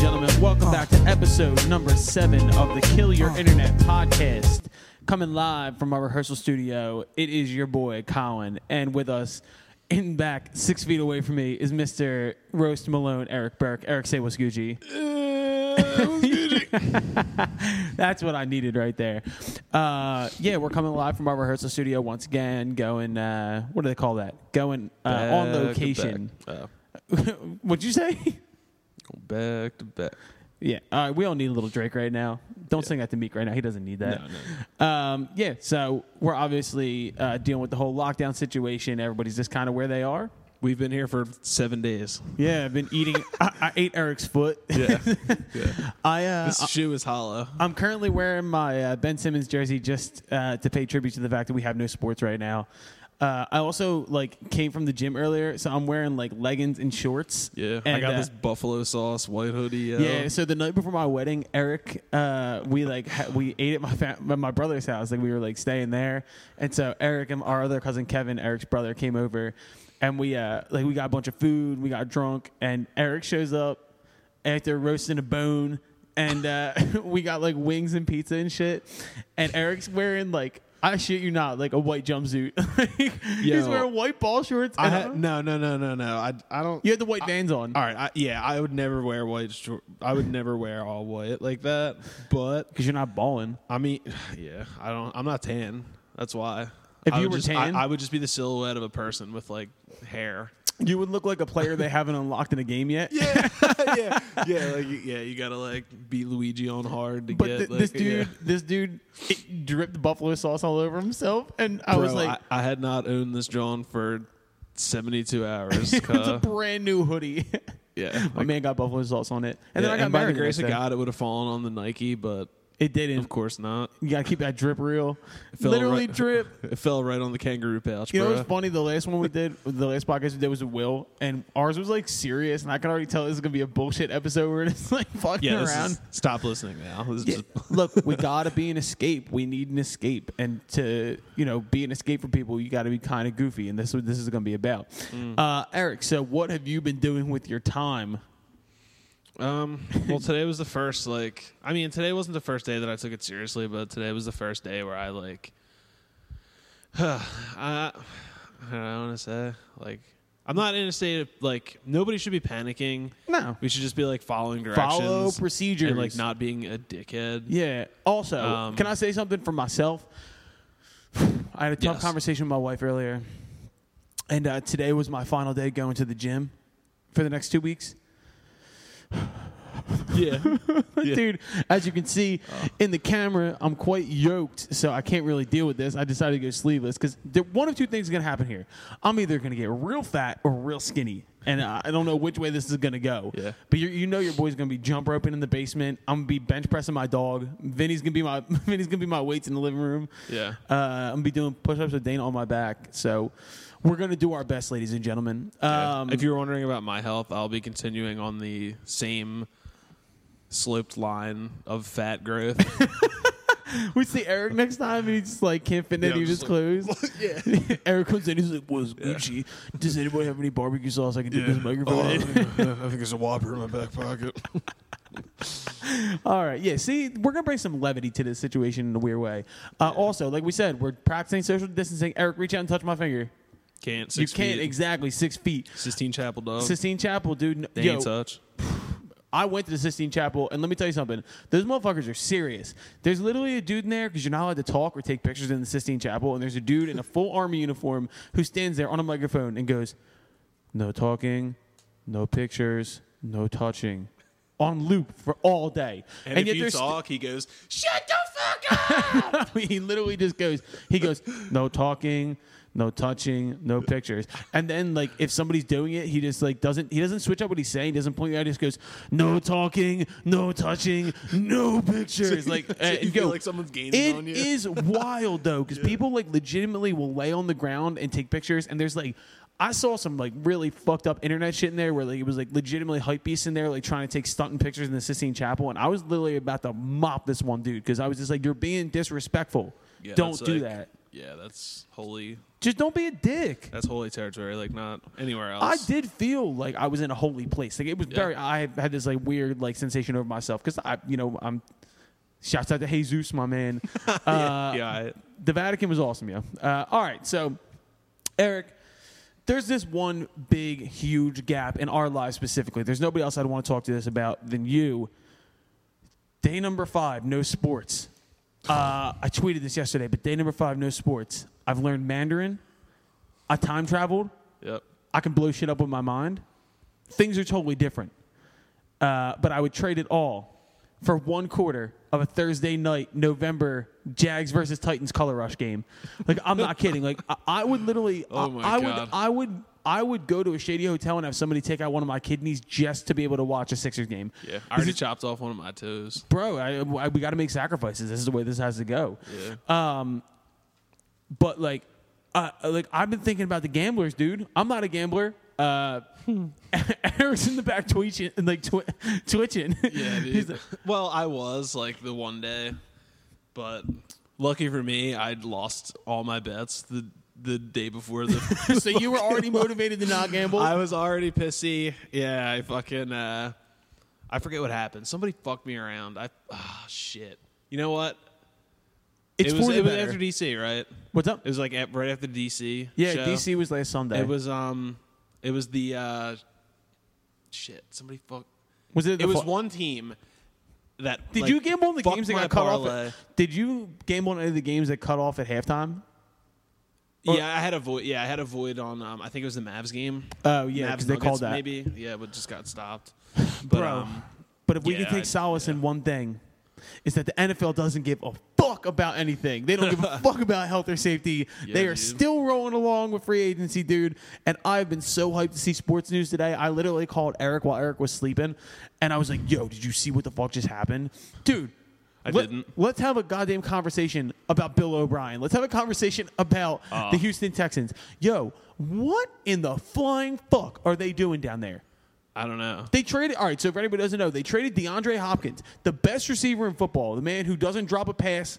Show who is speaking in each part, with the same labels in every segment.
Speaker 1: Welcome back to episode number seven of the Kill Your
Speaker 2: Oh.
Speaker 1: Internet podcast. Coming live from our rehearsal studio, it is your boy Colin, and with us, in back six feet away from me, is Mr. Roast Malone Eric Burke. Eric, say what's Gucci.
Speaker 2: Uh,
Speaker 1: That's what I needed right there. Uh, yeah, we're coming live from our rehearsal studio once again. Going, uh, what do they call that? Going uh, on
Speaker 2: Back to
Speaker 1: location.
Speaker 2: back. Oh.
Speaker 1: What'd you say?
Speaker 2: Back to back.
Speaker 1: Yeah, uh, we all need a little Drake right now. Don't sing that to Meek right now. He doesn't need that.
Speaker 2: No,
Speaker 1: Um, yeah, so we're obviously uh, dealing with the whole lockdown situation. Everybody's just kind of where they are.
Speaker 2: We've been here for seven days.
Speaker 1: Yeah, I've been eating. I, I ate Eric's foot.
Speaker 2: Yeah.
Speaker 1: I, uh,
Speaker 2: This shoe is hollow.
Speaker 1: I'm currently wearing my uh, Ben Simmons jersey just uh, to pay tribute to the fact that we have no sports right now. Uh, I also like came from the gym earlier, so I'm wearing like leggings and shorts.
Speaker 2: Yeah. I
Speaker 1: And,
Speaker 2: got
Speaker 1: uh,
Speaker 2: this buffalo sauce white hoodie. Out.
Speaker 1: Yeah, so the night before my wedding, Eric, uh, we like ha- we ate at my fa- my brother's house. Like we were like staying there, and so Eric and our other cousin Kevin, Eric's brother, came over, and we uh, like we got a bunch of food, we got drunk, and Eric shows up after roasting a bone, and uh, we got like wings and pizza and shit, and Eric's wearing like. I shit you not, like a white jumpsuit. Like, he's
Speaker 2: Yo.
Speaker 1: wearing white ball shorts.
Speaker 2: I
Speaker 1: and-
Speaker 2: had, no, no, no, no, no. I, I don't.
Speaker 1: you had the white vans on.
Speaker 2: All right. I, yeah, I would never wear white. shor- I would never wear all white like that. But
Speaker 1: Because you're not balling.
Speaker 2: I mean, yeah, I don't. I'm not tan. That's why.
Speaker 1: If
Speaker 2: I
Speaker 1: you
Speaker 2: would
Speaker 1: were
Speaker 2: just, I-
Speaker 1: tan-
Speaker 2: I, would just be the silhouette of a person with like hair.
Speaker 1: You would look like a player they haven't unlocked in a game yet.
Speaker 2: Yeah, yeah, yeah. Like, you- yeah, you gotta like be Luigi on hard to
Speaker 1: But
Speaker 2: get.
Speaker 1: th-
Speaker 2: like,
Speaker 1: this
Speaker 2: yeah.
Speaker 1: dude, this dude it dripped buffalo sauce all over himself, and I was
Speaker 2: Bro,
Speaker 1: like,
Speaker 2: I, I had not owned this John for 72 hours.
Speaker 1: "It's a
Speaker 2: cuh.
Speaker 1: brand new hoodie."
Speaker 2: yeah.
Speaker 1: My man got buffalo sauce on it, and
Speaker 2: Yeah,
Speaker 1: then I got
Speaker 2: by the
Speaker 1: married. the
Speaker 2: grace of
Speaker 1: next day.
Speaker 2: God, it would have fallen on the Nike, but
Speaker 1: it
Speaker 2: of
Speaker 1: didn't.
Speaker 2: course not.
Speaker 1: You gotta keep that drip real.
Speaker 2: fell
Speaker 1: Literally
Speaker 2: right-
Speaker 1: drip.
Speaker 2: It fell right on the kangaroo pouch,
Speaker 1: You know
Speaker 2: bro.
Speaker 1: what's funny? The last one we did, the last podcast we did was with Will, and ours was like serious, and I can already tell this is gonna be a bullshit episode where it's like fucking
Speaker 2: yeah, this
Speaker 1: around.
Speaker 2: is, stop listening now. This is
Speaker 1: Yeah.
Speaker 2: just-
Speaker 1: Look, we gotta be an escape. We need an escape, and to you know be an escape for people, you gotta be kind of goofy, and this is what this is gonna be about.
Speaker 2: Mm.
Speaker 1: Uh, Eric, so what have you been doing with your time?
Speaker 2: Um, well, today was the first like I mean, today wasn't the first day that I took it seriously, but today was the first day where I like I, I don't know want to say like I'm not in a state of like nobody should be panicking.
Speaker 1: No.
Speaker 2: we should just be like following directions,
Speaker 1: Follow procedures,
Speaker 2: and like not being a dickhead.
Speaker 1: Yeah. Also,
Speaker 2: Um,
Speaker 1: can I say something for myself? I had a tough
Speaker 2: Yes.
Speaker 1: conversation with my wife earlier, and uh, today was my final day going to the gym for the next two weeks.
Speaker 2: Yeah, Yeah. Uh.
Speaker 1: Dude, as you can see in the camera, I'm quite yoked, so I can't really deal with this. I decided to go sleeveless because one of two things is going to happen here. I'm either going to get real fat or real skinny, and I I don't know which way this is going to go.
Speaker 2: Yeah.
Speaker 1: But you you know your boy's going to be jump roping in the basement. I'm going to be bench pressing my dog. Vinny's going to be my Vinny's going to be my weights in the living room.
Speaker 2: Yeah.
Speaker 1: Uh, I'm going to be doing push-ups with Dana on my back. So we're going to do our best, ladies and gentlemen. Um,
Speaker 2: if you're wondering about my health, I'll be continuing on the same sloped line of fat growth.
Speaker 1: we see Eric next time, and he's just like can't fit in.
Speaker 2: Yeah,
Speaker 1: he
Speaker 2: I'm
Speaker 1: just
Speaker 2: just
Speaker 1: closed. yeah. Eric comes in. He's like, "What's Gucci? Does anybody have any barbecue sauce I can dip this microphone in?"
Speaker 2: I think there's a whopper in my back pocket.
Speaker 1: All right. Yeah. See, we're gonna bring some levity to this situation in a weird way. Uh, Also, like we said, we're practicing social distancing. Eric, reach out and touch my finger.
Speaker 2: Can't six
Speaker 1: you can't
Speaker 2: feet.
Speaker 1: exactly six feet.
Speaker 2: Sistine Chapel dog.
Speaker 1: Sistine Chapel, dude. N-
Speaker 2: they
Speaker 1: yo,
Speaker 2: ain't touch.
Speaker 1: I went to the Sistine Chapel, and let me tell you something. Those motherfuckers are serious. There's literally a dude in there because you're not allowed to talk or take pictures in the Sistine Chapel, and there's a dude in a full army uniform who stands there on a microphone and goes, "No talking, no pictures, no touching." On loop for all day, there's
Speaker 2: he goes, "Shut the fuck up."
Speaker 1: he literally just goes, he goes, no talking, no touching, no pictures. And then like if somebody's doing it, he just like doesn't he doesn't switch up what he's saying, doesn't point you out, he just goes, no talking, no touching, no pictures. Like
Speaker 2: So
Speaker 1: and
Speaker 2: you feel
Speaker 1: yo,
Speaker 2: like someone's gaining on you.
Speaker 1: It is wild though, because people like legitimately will lay on the ground and take pictures, and there's like I saw some like really fucked up internet shit in there where like it was like legitimately hype beasts in there like trying to take stunting pictures in the Sistine Chapel, and I was literally about to mop this one dude because I was just like, "You're being disrespectful. Don't do that."
Speaker 2: yeah, that's holy.
Speaker 1: Just don't be a dick.
Speaker 2: That's holy territory. Like not anywhere else.
Speaker 1: I did feel like I was in a holy place. Like it was
Speaker 2: Yeah.
Speaker 1: very. I had this like weird like sensation over myself because I, you know, I'm. Shouts out to Jesus, my man. Uh,
Speaker 2: yeah, I,
Speaker 1: the Vatican was awesome, yo. Uh, all right, so Eric, there's this one big, huge gap in our lives specifically. There's nobody else I'd want to talk to this about than you. Day number five, no sports. Uh, I tweeted this yesterday, but day number five, no sports. I've learned Mandarin. I time traveled.
Speaker 2: yep.
Speaker 1: I can blow shit up with my mind. Things are totally different. Uh, but I would trade it all for one quarter of a Thursday night November Jags versus Titans color rush game. Like I'm not kidding. Like I, I would literally.
Speaker 2: Oh my
Speaker 1: I, I would.
Speaker 2: God.
Speaker 1: I would. I would go to a shady hotel and have somebody take out one of my kidneys just to be able to watch a Sixers game.
Speaker 2: Yeah, I already chopped off one of my toes.
Speaker 1: Bro, I, I- we got to make sacrifices. This is the way this has to go.
Speaker 2: Yeah.
Speaker 1: But like, uh, like I've been thinking about the gamblers, dude. I'm not a gambler. Uh,
Speaker 2: Hmm.
Speaker 1: Eric's in the back twitching and like twi- twitching.
Speaker 2: Yeah,
Speaker 1: He's
Speaker 2: dude.
Speaker 1: like,
Speaker 2: well, I was like the one day, but lucky for me, I'd lost all my bets the the day before the.
Speaker 1: so you were already motivated to not gamble.
Speaker 2: I was already pissy. Yeah, I fucking. Uh, I forget what happened. Somebody fucked me around. I ah shit. You know what?
Speaker 1: it's
Speaker 2: it was
Speaker 1: for the
Speaker 2: it was
Speaker 1: better.
Speaker 2: after DC, right?
Speaker 1: What's up?
Speaker 2: It was like at, right after the DC.
Speaker 1: Yeah,
Speaker 2: show.
Speaker 1: DC was last Sunday.
Speaker 2: It was um, it was the uh, shit. Somebody fucked.
Speaker 1: Was it?
Speaker 2: It was
Speaker 1: one.
Speaker 2: one team that.
Speaker 1: Did
Speaker 2: like,
Speaker 1: you gamble on the
Speaker 2: fucked
Speaker 1: games that
Speaker 2: my
Speaker 1: got cut
Speaker 2: parlay.
Speaker 1: off? At, did you gamble on any of the games that cut off at halftime? Or-
Speaker 2: Yeah, I had a void. Yeah, I had a void on. Um, I think it was the Mavs game.
Speaker 1: Oh, yeah,
Speaker 2: Mavs
Speaker 1: 'cause they
Speaker 2: Nuggets,
Speaker 1: called that.
Speaker 2: Maybe yeah, but just got stopped. But
Speaker 1: Bro.
Speaker 2: um,
Speaker 1: but if we
Speaker 2: yeah,
Speaker 1: can take
Speaker 2: I-
Speaker 1: solace in one thing, is that the NFL doesn't give a fuck about anything. They don't give a fuck about health or safety. they are
Speaker 2: dude.
Speaker 1: still rolling along with free agency, dude. And I've been so hyped to see sports news today. I literally called Eric while Eric was sleeping, and I was like, "Yo, did you see what the fuck just happened, dude?"
Speaker 2: I
Speaker 1: let,
Speaker 2: didn't.
Speaker 1: Let's have a goddamn conversation about Bill O'Brien. Let's have a conversation about
Speaker 2: Uh-uh.
Speaker 1: the Houston Texans. Yo, what in the flying fuck are they doing down there?
Speaker 2: I don't know.
Speaker 1: They traded. All right. So if anybody doesn't know, they traded DeAndre Hopkins, the best receiver in football, the man who doesn't drop a pass.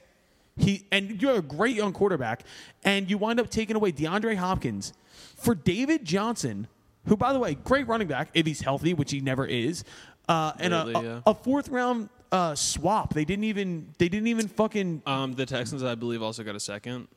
Speaker 1: He and you're a great young quarterback, and you wind up taking away DeAndre Hopkins for David Johnson, who, by the way, great running back if he's healthy, which he never is, uh, and a,
Speaker 2: Lately, yeah.
Speaker 1: a, a fourth round uh, swap. They didn't even. They didn't even fucking.
Speaker 2: Um, the Texans, I believe, also got a second.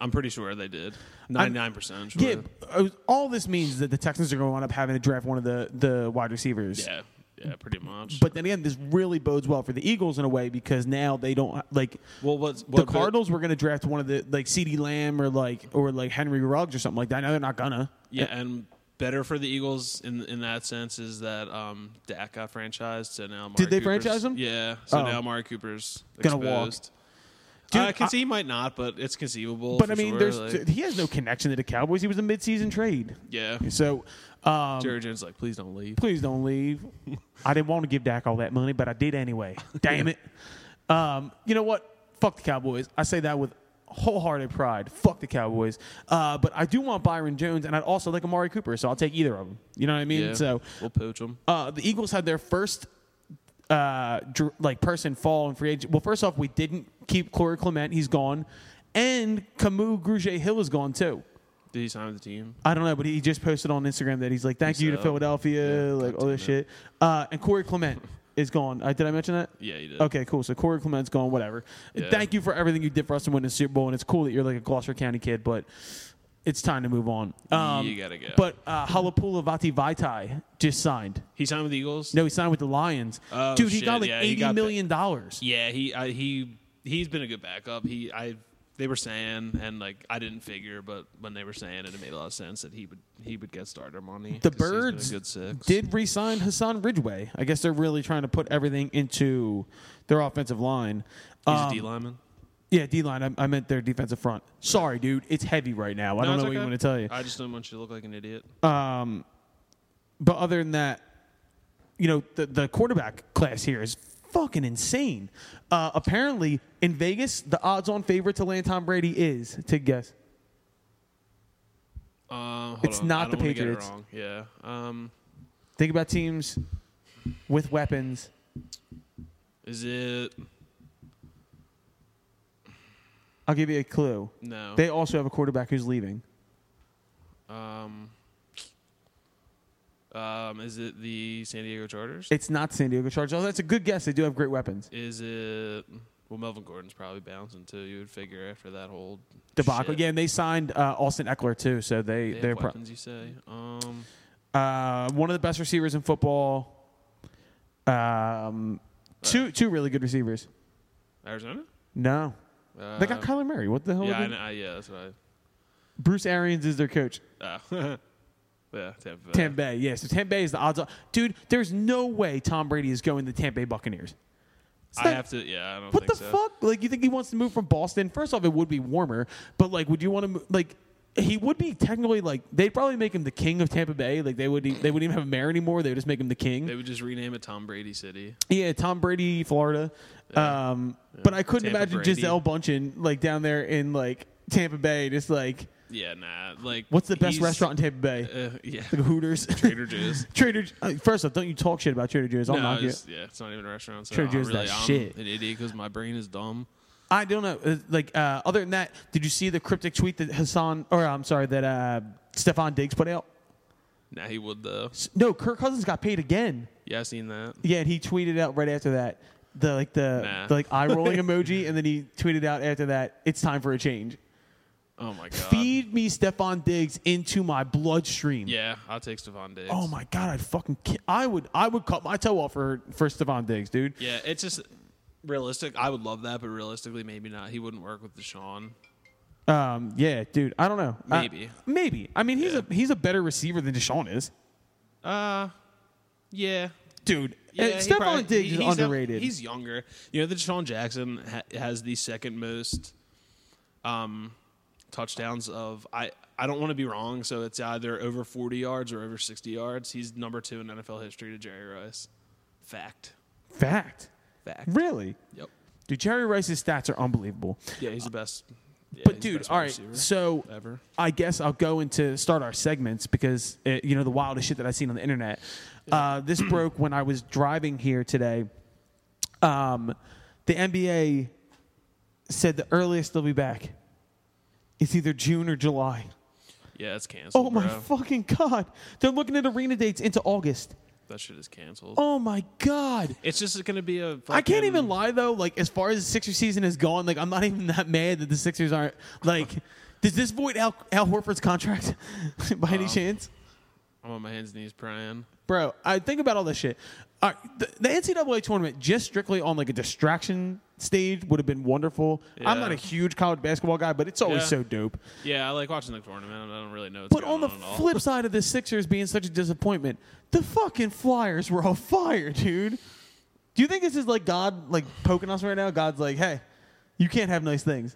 Speaker 2: I'm pretty sure they did. Ninety nine percent.
Speaker 1: Yeah, uh, all this means is that the Texans are going to wind up having to draft one of the the wide receivers.
Speaker 2: Yeah. Yeah. Pretty much.
Speaker 1: But then again, this really bodes well for the Eagles in a way because now they don't like
Speaker 2: well, what's what,
Speaker 1: the Cardinals were going to draft one of the like C.D. Lamb or like or like Henry Ruggs or something like that. Now they're not gonna.
Speaker 2: Yeah, and better for the Eagles in in that sense is that um, Dak got franchised, so now Amari
Speaker 1: Did they
Speaker 2: Cooper's-
Speaker 1: franchise him?
Speaker 2: Yeah, so
Speaker 1: Oh.
Speaker 2: now Amari Cooper's
Speaker 1: Gonna
Speaker 2: gonna
Speaker 1: walk.
Speaker 2: exposed.
Speaker 1: Dude,
Speaker 2: I can
Speaker 1: I-
Speaker 2: see he might not, but it's conceivable.
Speaker 1: But
Speaker 2: for
Speaker 1: I mean,
Speaker 2: sure,
Speaker 1: there's
Speaker 2: like,
Speaker 1: he has no connection to the Cowboys. He was a midseason trade.
Speaker 2: yeah.
Speaker 1: So um,
Speaker 2: Jerry Jones like, please don't leave.
Speaker 1: please don't leave. I didn't want to give Dak all that money, but I did anyway. Damn it. Um, you know what? Fuck the Cowboys. I say that with wholehearted pride. Fuck the Cowboys. Uh, but I do want Byron Jones, and I'd also like Amari Cooper, so I'll take either of them. You know what I mean?
Speaker 2: Yeah,
Speaker 1: So
Speaker 2: we'll poach him.
Speaker 1: uh, the Eagles had their first uh, dr- like person fall in free agent. Well, first off, we didn't keep Corey Clement; he's gone, and Camus Grugier Hill is gone too.
Speaker 2: Did he sign with the team?
Speaker 1: I don't know, but he just posted on Instagram that he's like, "Thank
Speaker 2: Peace
Speaker 1: you to
Speaker 2: out."
Speaker 1: Philadelphia,"
Speaker 2: "Oh, Yeah,
Speaker 1: like all this
Speaker 2: goddamn
Speaker 1: shit. Uh, and Corey Clement is gone. Uh, did I mention that?
Speaker 2: Yeah, he did.
Speaker 1: Okay, cool. So Corey Clement's gone. Whatever.
Speaker 2: Yeah.
Speaker 1: Thank you for everything you did for us to win the Super Bowl, and it's cool that you're like a Gloucester County kid, but it's time to move on. Um,
Speaker 2: You gotta go.
Speaker 1: But uh, Halapula Vati Vaitai just signed.
Speaker 2: He signed with the Eagles.
Speaker 1: No, he signed with the Lions.
Speaker 2: Oh,
Speaker 1: Dude, he
Speaker 2: shit.
Speaker 1: got like
Speaker 2: Yeah, he
Speaker 1: eighty
Speaker 2: got
Speaker 1: million dollars.
Speaker 2: Yeah, he I, he he's been a good backup. He I they were saying and like I didn't figure, but when they were saying it, it made a lot of sense that he would he would get starter money. 'cause he's
Speaker 1: The
Speaker 2: been a
Speaker 1: Birds
Speaker 2: good six.
Speaker 1: Did re-sign Hassan Ridgeway. I guess they're really trying to put everything into their offensive line.
Speaker 2: He's
Speaker 1: Um,
Speaker 2: a D lineman.
Speaker 1: Yeah, D line. I, I meant their defensive front. Sorry, dude. It's heavy right now. I don't know what you want to tell you.
Speaker 2: I just don't want you to look like an idiot.
Speaker 1: Um, but other than that, you know, the, the quarterback class here is fucking insane. Uh, apparently, in Vegas, the odds on favorite to land Tom Brady is, take a guess,
Speaker 2: Um, hold
Speaker 1: Uh, It's
Speaker 2: on.
Speaker 1: not
Speaker 2: I
Speaker 1: the
Speaker 2: don't wanna get it
Speaker 1: Patriots.
Speaker 2: wrong. Yeah. Um,
Speaker 1: think about teams with weapons.
Speaker 2: is it?
Speaker 1: I'll give you a clue.
Speaker 2: No.
Speaker 1: They also have a quarterback who's leaving.
Speaker 2: um, um, is it the San Diego Chargers?
Speaker 1: It's not San Diego Chargers. Although that's a good guess. They do have great weapons.
Speaker 2: Is it well Melvin Gordon's probably bouncing too. You would figure after that whole
Speaker 1: Debacle.
Speaker 2: shit.
Speaker 1: Yeah, and they signed uh, Austin Eckler too. So they
Speaker 2: They
Speaker 1: they're
Speaker 2: have
Speaker 1: pro-
Speaker 2: weapons, you say? Um,
Speaker 1: uh, one of the best receivers in football. Um, two two really good receivers.
Speaker 2: Arizona.
Speaker 1: No,
Speaker 2: Uh,
Speaker 1: they got Kyler Murray. What the hell?
Speaker 2: Yeah,
Speaker 1: are
Speaker 2: I,
Speaker 1: they-
Speaker 2: kn- I, yeah, that's what
Speaker 1: Bruce Arians is their coach.
Speaker 2: I. Uh, yeah, Tampa. Bay.
Speaker 1: Tampa Bay, yeah. So Tampa Bay is the odds. On. Dude, there's no way Tom Brady is going to Tampa Bay Buccaneers. It's
Speaker 2: I
Speaker 1: like-
Speaker 2: have to. Yeah, I don't
Speaker 1: What
Speaker 2: think
Speaker 1: the
Speaker 2: so.
Speaker 1: fuck? Like, you think he wants to move from Boston? First off, it would be warmer, but like, would you want to move? Like, he would be technically like they'd probably make him the king of Tampa Bay. Like, they would they wouldn't even have a mayor anymore. They would just make him the king.
Speaker 2: They would just rename it Tom Brady City.
Speaker 1: Yeah, Tom Brady, Florida. Um, But I couldn't
Speaker 2: Tampa
Speaker 1: imagine
Speaker 2: Brady.
Speaker 1: Giselle Bundchen like down there in like Tampa Bay, just like
Speaker 2: Yeah, nah. Like,
Speaker 1: what's the best
Speaker 2: he's-
Speaker 1: restaurant in Tampa Bay?
Speaker 2: Uh, yeah,
Speaker 1: the Hooters,
Speaker 2: Trader Joe's.
Speaker 1: Trader. J- uh, First off, don't you talk shit about Trader Joe's. I'll
Speaker 2: no,
Speaker 1: knock you.
Speaker 2: it's, yeah, it's not even a restaurant. So
Speaker 1: Trader
Speaker 2: I
Speaker 1: Joe's
Speaker 2: really,
Speaker 1: that
Speaker 2: I'm
Speaker 1: shit.
Speaker 2: an idiot because my brain is dumb.
Speaker 1: I don't know. Uh, Like uh, other than that, did you see the cryptic tweet that Hassan or I'm sorry that uh, Stefan Diggs put out?
Speaker 2: Nah, he would though.
Speaker 1: S- No, Kirk Cousins got paid again.
Speaker 2: Yeah, I seen that.
Speaker 1: Yeah, and he tweeted out right after that the like the,
Speaker 2: Nah.
Speaker 1: the like eye rolling emoji, and then he tweeted out after that, "It's time for a change."
Speaker 2: Oh my god.
Speaker 1: Feed me Stefan Diggs into my bloodstream.
Speaker 2: Yeah, I'll take Stephon Diggs.
Speaker 1: Oh my god, I'd fucking ki- I would I would cut my toe off for for Stefan Diggs, dude.
Speaker 2: Yeah, it's just realistic. I would love that, but realistically, maybe not. He wouldn't work with Deshaun.
Speaker 1: Um, yeah, dude. I don't know. Uh,
Speaker 2: Maybe.
Speaker 1: maybe. I mean, he's
Speaker 2: Yeah.
Speaker 1: a he's a better receiver than Deshaun is,
Speaker 2: Uh, yeah.
Speaker 1: dude.
Speaker 2: Yeah,
Speaker 1: and
Speaker 2: he
Speaker 1: Stephon
Speaker 2: probably-
Speaker 1: Diggs
Speaker 2: he-
Speaker 1: is
Speaker 2: he's def-
Speaker 1: underrated.
Speaker 2: he's younger. You know, the Deshaun Jackson ha- has the second most um, touchdowns of I. I don't want to be wrong, so it's either over 40 yards or over 60 yards. He's number two in NFL history to Jerry Rice. Fact.
Speaker 1: fact.
Speaker 2: Fact.
Speaker 1: Really,
Speaker 2: Yep.
Speaker 1: dude. Jerry Rice's stats are unbelievable.
Speaker 2: Yeah, he's the best. yeah,
Speaker 1: but
Speaker 2: he's the
Speaker 1: dude,
Speaker 2: best wide
Speaker 1: all right.
Speaker 2: receiver
Speaker 1: So
Speaker 2: ever.
Speaker 1: I guess I'll go into start our segments because uh you know the wildest shit that I've seen on the internet. Uh, this broke when I was driving here today. Um, the NBA said the earliest they'll be back is either June or July.
Speaker 2: Yeah, it's canceled.
Speaker 1: Oh my
Speaker 2: bro.
Speaker 1: fucking god! They're looking at arena dates into August.
Speaker 2: that shit is canceled.
Speaker 1: Oh my god!
Speaker 2: It's just going to be a.
Speaker 1: I can't
Speaker 2: fucking-
Speaker 1: even lie though. Like as far as the Sixers season is gone, like I'm not even that mad that the Sixers aren't like. Does this void Al, Al Horford's contract by any
Speaker 2: Um,
Speaker 1: chance?
Speaker 2: I'm on my hands and knees praying.
Speaker 1: bro. I think about all this shit. All right, the, the NCAA tournament, just strictly on like a distraction stage, would have been wonderful. I'm
Speaker 2: Yeah.
Speaker 1: not a huge college basketball guy, but it's always
Speaker 2: Yeah.
Speaker 1: so dope.
Speaker 2: Yeah, I like watching the tournament. I don't really know. What's
Speaker 1: But
Speaker 2: going
Speaker 1: on the
Speaker 2: at all.
Speaker 1: flip side of the Sixers being such a disappointment, the fucking Flyers were on fire, dude. Do you think this is like God like poking us right now? God's like, hey, you can't have nice things.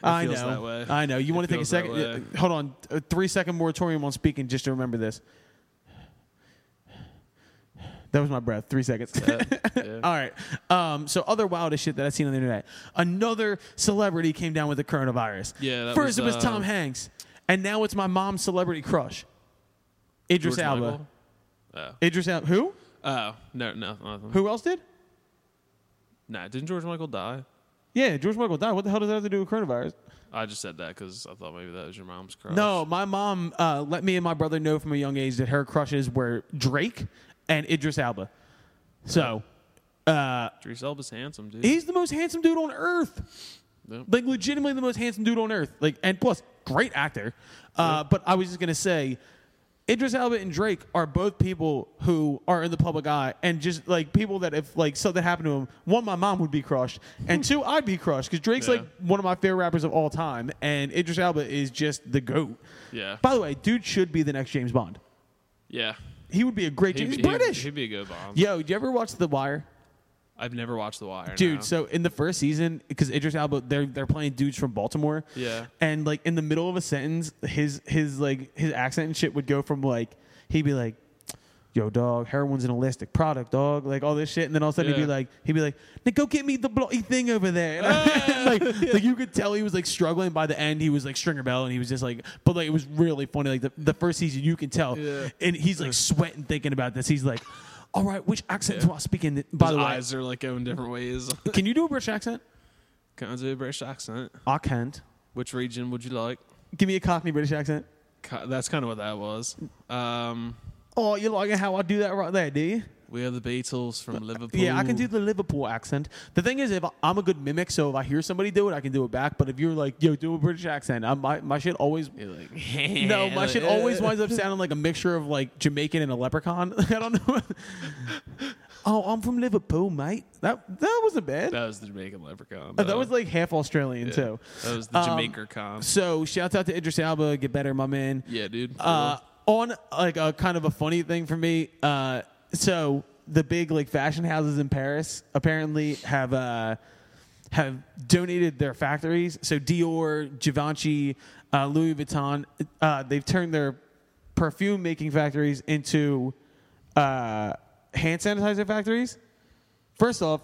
Speaker 1: I
Speaker 2: feels
Speaker 1: know.
Speaker 2: that way.
Speaker 1: I know. You
Speaker 2: It
Speaker 1: want to take a
Speaker 2: feels that
Speaker 1: second?
Speaker 2: way.
Speaker 1: yeah, Hold on. A three second moratorium on speaking just to remember this. That was my breath. Three seconds.
Speaker 2: yeah.
Speaker 1: All right. Um, so other wildest shit that I've seen on the internet. Another celebrity came down with the coronavirus.
Speaker 2: Yeah, that was,
Speaker 1: First it was Tom
Speaker 2: uh,
Speaker 1: Hanks, and now it's my mom's celebrity crush, Idris
Speaker 2: George
Speaker 1: Alba.
Speaker 2: Michael?
Speaker 1: Idris Alba. Who?
Speaker 2: Oh no, no, nothing.
Speaker 1: Who else did?
Speaker 2: Nah, didn't George Michael die?
Speaker 1: Yeah, George Michael died. What the hell does that have to do with coronavirus?
Speaker 2: I just said that because I thought maybe that was your mom's crush.
Speaker 1: No, my mom uh, let me and my brother know from a young age that her crushes were Drake and Idris Alba. So uh,
Speaker 2: Idris Elba's handsome, dude.
Speaker 1: he's the most handsome dude on earth.
Speaker 2: Yep.
Speaker 1: like legitimately the most handsome dude on earth. Like, and plus, great actor. Uh, But I was just gonna say, Idris Elba and Drake are both people who are in the public eye, and just like people that if like something happened to him, one, my mom would be crushed, and two, I'd be crushed because Drake's
Speaker 2: Yeah.
Speaker 1: like one of my favorite rappers of all time, and Idris Elba is just the goat.
Speaker 2: Yeah.
Speaker 1: By the way, dude should be the next James Bond.
Speaker 2: yeah.
Speaker 1: He would be a great James.
Speaker 2: be,
Speaker 1: He's British.
Speaker 2: He'd, be a good bomb.
Speaker 1: Yo, do you ever watch The Wire?
Speaker 2: I've never watched The Wire,
Speaker 1: dude.
Speaker 2: no.
Speaker 1: So in the first season, because Idris Elba, they're they're playing dudes from Baltimore.
Speaker 2: Yeah.
Speaker 1: And like in the middle of a sentence, his his like his accent and shit would go from like he'd be like, "Yo, dog, heroin's an elastic product, dog," like all this shit, and then all of a sudden he'd
Speaker 2: Yeah.
Speaker 1: be like, he'd be like, "Nick, go get me the bloody thing over there." And
Speaker 2: Ah.
Speaker 1: I- like, like you could tell he was like struggling. By the end, he was like Stringer Bell, and he was just like, but like it was really funny. Like the, the first season, you can tell,
Speaker 2: Yeah.
Speaker 1: and he's like sweating thinking about this. He's like. All right, which accent do I speak in? By
Speaker 2: His
Speaker 1: the way,
Speaker 2: eyes are like going different ways.
Speaker 1: can you do a British accent?
Speaker 2: Can I do a British accent?
Speaker 1: I can't.
Speaker 2: Which region would you like?
Speaker 1: Give me a Cockney British accent.
Speaker 2: Ki- That's kind of what that was. Um,
Speaker 1: Oh, you liking how I do that right there, do you?
Speaker 2: we are the Beatles from Liverpool.
Speaker 1: uh, Yeah, I can do the Liverpool accent. The thing is, if I- I'm a good mimic, so if I hear somebody do it, I can do it back. But if you're like, yo, do a British accent, I, my my shit always
Speaker 2: You're like,
Speaker 1: no, my shit always winds up sounding like a mixture of like Jamaican and a leprechaun. I don't know. oh, I'm from Liverpool, mate. That that wasn't bad.
Speaker 2: That was the Jamaican leprechaun.
Speaker 1: Uh, that was like half Australian too.
Speaker 2: That was the
Speaker 1: Um,
Speaker 2: Jamaica con.
Speaker 1: So shouts out to Idris Alba, get better, my man.
Speaker 2: Yeah, dude.
Speaker 1: Uh, on like a kind of a funny thing for me. Uh, so the big like fashion houses in Paris apparently have uh, have donated their factories. So Dior, Givenchy, uh, Louis Vuitton, uh, they've turned their perfume making factories into uh, hand sanitizer factories. First off.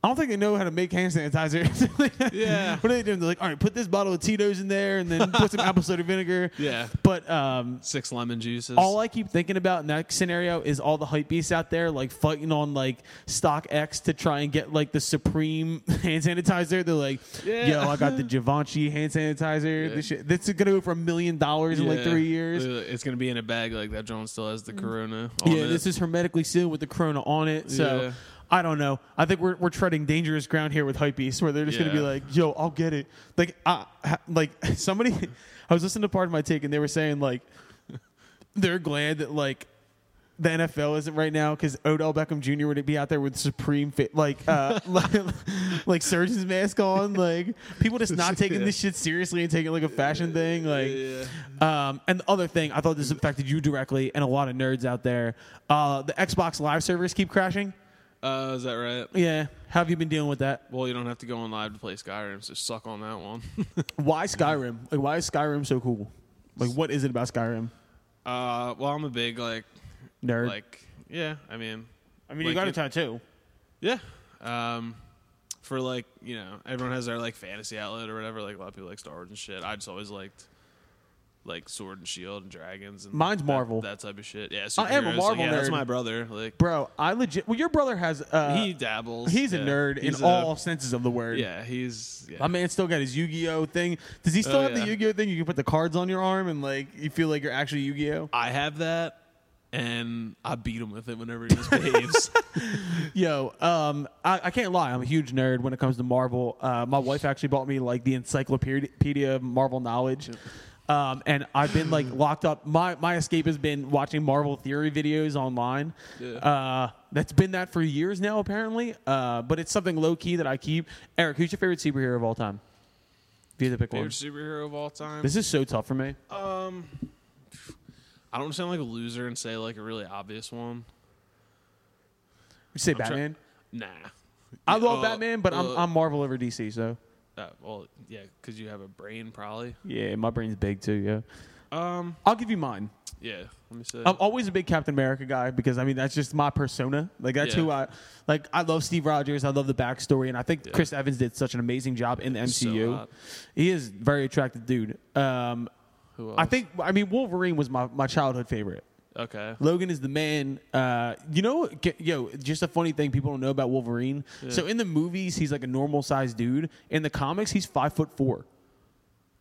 Speaker 1: I don't think they know how to make hand sanitizer.
Speaker 2: Yeah.
Speaker 1: what are they doing? They're like, all right, put this bottle of Tito's in there, and then put some apple cider vinegar.
Speaker 2: Yeah.
Speaker 1: But um,
Speaker 2: Six lemon juices.
Speaker 1: all I keep thinking about in that scenario is all the hype beasts out there like fighting on like stock X to try and get like the supreme hand sanitizer. They're like,
Speaker 2: Yeah.
Speaker 1: yo, I got the Givenchy hand sanitizer.
Speaker 2: Yeah.
Speaker 1: This shit, this is gonna go for a million dollars in like
Speaker 2: Yeah.
Speaker 1: three years. Mm.
Speaker 2: Look, It's gonna be in a bag like that. John still has the corona. On
Speaker 1: yeah,
Speaker 2: it.
Speaker 1: this is hermetically sealed with the Corona on it. So.
Speaker 2: Yeah.
Speaker 1: I don't know. I think we're, we're treading dangerous ground here with Hypebeast, where they're just going to be
Speaker 2: Yeah.
Speaker 1: like, "Yo, I'll get it." Like, I, ha- like somebody, I was listening to part of my take, and they were saying like, they're glad that like the NFL isn't right now because Odell Beckham Jr. would be out there with supreme fit, like uh, like, like surgeon's mask on, like people just not taking this shit seriously and taking like a fashion thing, like.
Speaker 2: Yeah.
Speaker 1: Um, and the other thing, I thought this affected you directly and a lot of nerds out there. Uh, the Xbox Live servers keep crashing.
Speaker 2: Uh, is that right?
Speaker 1: Yeah, how have you been dealing with that?
Speaker 2: Well, you don't have to go on live to play Skyrim, so suck on that one.
Speaker 1: Why Skyrim? Like, why is Skyrim so cool? Like, what is it about Skyrim?
Speaker 2: uh, well, I'm a big like,
Speaker 1: Nerd.
Speaker 2: like, yeah. I mean,
Speaker 1: I mean,
Speaker 2: like it-
Speaker 1: tattoo.
Speaker 2: yeah. Um, for like, you know, everyone has their like fantasy outlet or whatever. Like a lot of people like Star Wars and shit. I just always liked like Sword and Shield and dragons and
Speaker 1: Mine's
Speaker 2: that-
Speaker 1: Marvel.
Speaker 2: that type of shit. Yeah,
Speaker 1: I am
Speaker 2: superheroes.
Speaker 1: a
Speaker 2: Like,
Speaker 1: Marvel
Speaker 2: yeah, That's
Speaker 1: nerd.
Speaker 2: my brother. Like
Speaker 1: Bro, I legit. Well, your brother has. Uh,
Speaker 2: he dabbles.
Speaker 1: he's a
Speaker 2: Yeah.
Speaker 1: nerd
Speaker 2: He's
Speaker 1: in
Speaker 2: a-
Speaker 1: all senses of the word.
Speaker 2: Yeah, he's yeah.
Speaker 1: My man still got his Yu-Gi-Oh thing. Does he still
Speaker 2: Oh,
Speaker 1: have
Speaker 2: yeah.
Speaker 1: the Yu-Gi-Oh thing? You can put the cards on your arm and like you feel like you're actually Yu-Gi-Oh.
Speaker 2: I have that, and I beat him with it whenever he misbehaves.
Speaker 1: Yo, um, I, I can't lie. I'm a huge nerd when it comes to Marvel. Uh, my wife actually bought me like the encyclopedia of Marvel knowledge. Um, and I've been like locked up. My my escape has been watching Marvel theory videos online.
Speaker 2: Yeah.
Speaker 1: Uh, that's been that for years now, apparently. Uh, but it's something low key that I keep. Eric, who's your favorite superhero of all time? If you had to pick
Speaker 2: Favorite
Speaker 1: one,
Speaker 2: superhero of all time.
Speaker 1: this is so tough for me.
Speaker 2: um, I don't sound like a loser and say like a really obvious one.
Speaker 1: Would you say
Speaker 2: try-
Speaker 1: Batman?
Speaker 2: Nah.
Speaker 1: I
Speaker 2: Yeah,
Speaker 1: love
Speaker 2: uh,
Speaker 1: Batman, but I'm
Speaker 2: uh,
Speaker 1: I'm Marvel over DC. So
Speaker 2: uh, well, yeah, because you have a brain, probably.
Speaker 1: yeah, my brain's big too. Yeah,
Speaker 2: Um,
Speaker 1: I'll give you mine.
Speaker 2: yeah. Let me say.
Speaker 1: I'm always a big Captain America guy because I mean that's just my persona. Like that's
Speaker 2: Yeah.
Speaker 1: who I like. I love Steve Rogers. I love the backstory, and I think
Speaker 2: Yeah.
Speaker 1: Chris Evans did such an amazing job in the
Speaker 2: He's so
Speaker 1: MCU.
Speaker 2: hot.
Speaker 1: he is a very attractive dude. Um,
Speaker 2: Who else?
Speaker 1: I think I mean Wolverine was my, my childhood favorite.
Speaker 2: Okay.
Speaker 1: Logan is the man. Uh, you know, g- yo, just a funny thing people don't know about Wolverine. So in the movies, he's like a normal sized dude. In the comics, he's five foot four.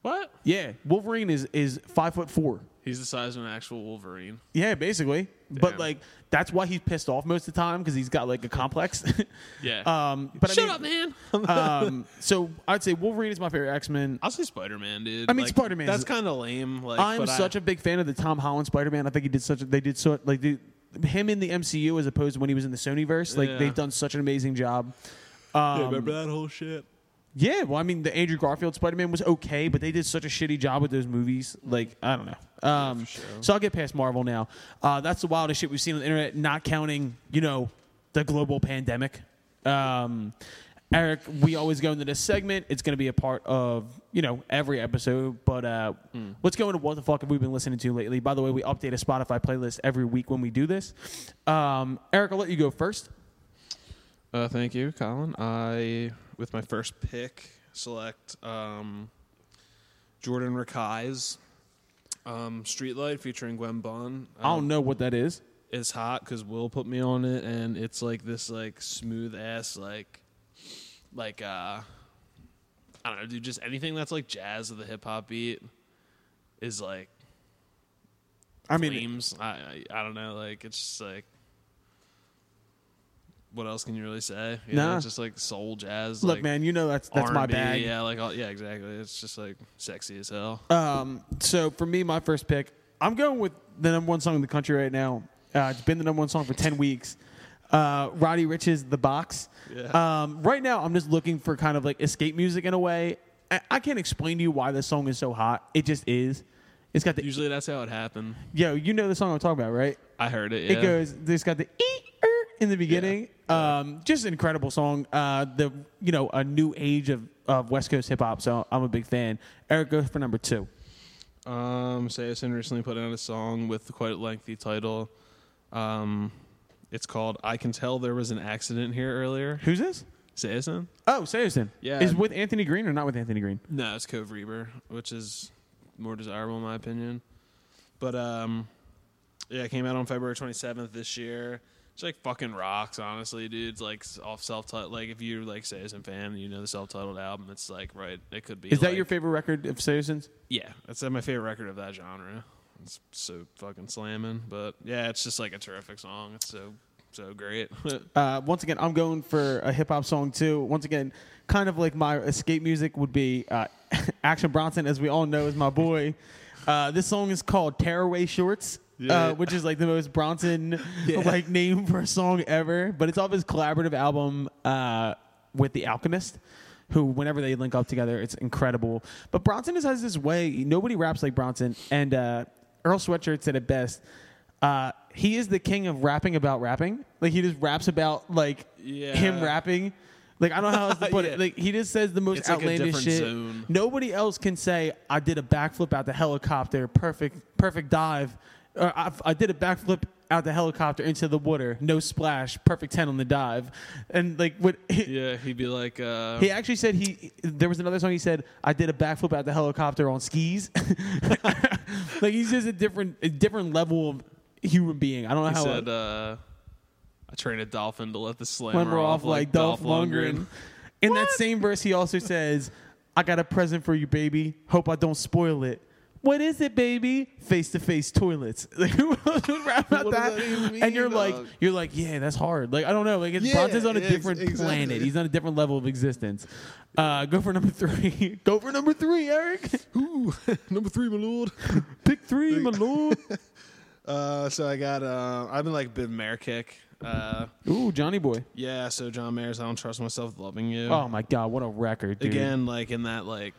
Speaker 2: What?
Speaker 1: Yeah, Wolverine is is five foot four.
Speaker 2: He's the size of an actual Wolverine.
Speaker 1: Yeah, basically. But
Speaker 2: Damn.
Speaker 1: like that's why he's pissed off most of the time because he's got like a complex.
Speaker 2: Yeah.
Speaker 1: um, but
Speaker 2: Shut
Speaker 1: I mean,
Speaker 2: up, man.
Speaker 1: um, so I'd say Wolverine is my favorite X Men.
Speaker 2: I'll say Spider Man, dude.
Speaker 1: I mean,
Speaker 2: Like,
Speaker 1: Spider-Man's-
Speaker 2: That's kind of lame. Like,
Speaker 1: I'm such
Speaker 2: a
Speaker 1: a big fan of the Tom Holland Spider Man. I think he did such. A, they did so like dude, him in the MCU as opposed to when he was in the Sonyverse. Like
Speaker 2: Yeah.
Speaker 1: they've done such an amazing job. Um, yeah,
Speaker 2: remember that whole shit.
Speaker 1: well, I mean, the Andrew Garfield Spider Man was okay, but they did such a shitty job with those movies. Like, I don't know. Um,
Speaker 2: for sure.
Speaker 1: So I'll get past Marvel now. Uh, that's the wildest shit we've seen on the internet, not counting, you know, the global pandemic. Um, Eric, we always go into this segment. It's going to be a part of, you know, every episode. But uh,
Speaker 2: Hmm.
Speaker 1: let's go into what the fuck have we been listening to lately. By the way, we update a Spotify playlist every week when we do this. Um, Eric, I'll let you go first.
Speaker 2: Uh, thank you, Colin. I, with my first pick, select um, Jordan Rakai's um, Streetlight featuring Gwen Bunn.
Speaker 1: I
Speaker 2: Um,
Speaker 1: don't know what that is.
Speaker 2: It's hot because Will put me on it, and it's like this like smooth ass like like uh I don't know, dude. Just anything that's like jazz or the hip hop beat is like
Speaker 1: I mean,
Speaker 2: flames. I, I I don't know. Like it's just like what else can you really say? You know,
Speaker 1: Nah.
Speaker 2: it's just like soul jazz.
Speaker 1: look,
Speaker 2: like,
Speaker 1: man, you know that's that's my
Speaker 2: R&B,
Speaker 1: bag.
Speaker 2: Yeah, like all, yeah, exactly. It's just like sexy as hell.
Speaker 1: Um, so for me, my first pick, I'm going with the number one song in the country right now. Uh, it's been the number one song for ten weeks. Uh, Roddy Rich's "The Box."
Speaker 2: Yeah.
Speaker 1: Um, right now, I'm just looking for kind of like escape music in a way. I, I can't explain to you why this song is so hot. It just is. It's got the e,
Speaker 2: Usually that's how it happened.
Speaker 1: yo. You know the song I'm talking about, right?
Speaker 2: I heard it. Yeah.
Speaker 1: It goes. It's got the ee, er, in the beginning. Um, just an incredible song. Uh, the you know a new age of of West Coast hip hop. So I'm a big fan. Eric goes for number two.
Speaker 2: Um, Sayerson recently put out a song with quite a lengthy title. Um, it's called "I Can Tell There Was an Accident Here Earlier."
Speaker 1: Who's this?
Speaker 2: Sayerson?
Speaker 1: Oh, Sanderson.
Speaker 2: Yeah.
Speaker 1: Is with Anthony Green or not with Anthony Green?
Speaker 2: No, it's Cove Reaper, which is more desirable in my opinion. But um, yeah, it came out on February 27th this year. It's like fucking rocks, honestly, dude. It's like off self-titled. Like if you're like Sayerson fan, you know the self-titled album. It's like right. It could be.
Speaker 1: Is that
Speaker 2: like-
Speaker 1: your favorite record of Sanderson's?
Speaker 2: Yeah, that's uh, my favorite record of that genre. It's so fucking slamming, but yeah, it's just like a terrific song. It's so so great.
Speaker 1: Uh, once again, I'm going for a hip hop song too. Once again, kind of like my escape music would be uh, Action Bronson, as we all know, is my boy. Uh, this song is called Tearaway Shorts,
Speaker 2: Yeah.
Speaker 1: uh, which is like the most Bronson like name for a song ever. But it's off his collaborative album uh, with The Alchemist, who whenever they link up together, it's incredible. But Bronson just has this way. Nobody raps like Bronson, and uh, Earl Sweatshirt said it best. Uh, he is the king of rapping about rapping. Like he just raps about like
Speaker 2: Yeah.
Speaker 1: him rapping. Like I don't know how else to put
Speaker 2: Yeah.
Speaker 1: it. Like he just says the most
Speaker 2: It's like a
Speaker 1: outlandish
Speaker 2: different
Speaker 1: shit.
Speaker 2: zone.
Speaker 1: Nobody else can say I did a backflip out the helicopter, perfect, perfect dive, or I, I did a backflip out the helicopter into the water, no splash, perfect ten on the dive, and like what
Speaker 2: yeah, he'd be like, uh,
Speaker 1: he actually said he there was another song he said I did a backflip out the helicopter on skis. like he's just a different a different level of human being. I don't know
Speaker 2: he
Speaker 1: how
Speaker 2: said, uh, "I trained a dolphin to let the
Speaker 1: when
Speaker 2: slammer
Speaker 1: we're
Speaker 2: off like Dolph Lundgren."
Speaker 1: In that same verse, he also says, "I got a present for you, baby. Hope I don't spoil it." What is it, baby? Face to face toilets. Like, who would rap about
Speaker 2: What does
Speaker 1: that?
Speaker 2: that even mean,
Speaker 1: and you're like,
Speaker 2: dog?
Speaker 1: you're like, yeah, that's hard. Like, I don't know. Like, it's
Speaker 2: Yeah,
Speaker 1: Bronte's on a
Speaker 2: yeah, ex-
Speaker 1: different
Speaker 2: exactly.
Speaker 1: planet. He's on a different level of existence. Uh, go for number three. go for number three, Eric.
Speaker 3: Ooh, number three, my lord.
Speaker 1: Pick three, my lord.
Speaker 2: Uh, so I got, uh, I've been like been Mayor kick. Uh,
Speaker 1: Ooh, Johnny Boy.
Speaker 2: yeah, so John Mayer's "I Don't Trust Myself, Loving You."
Speaker 1: Oh my God, what a record, dude.
Speaker 2: again, like in that like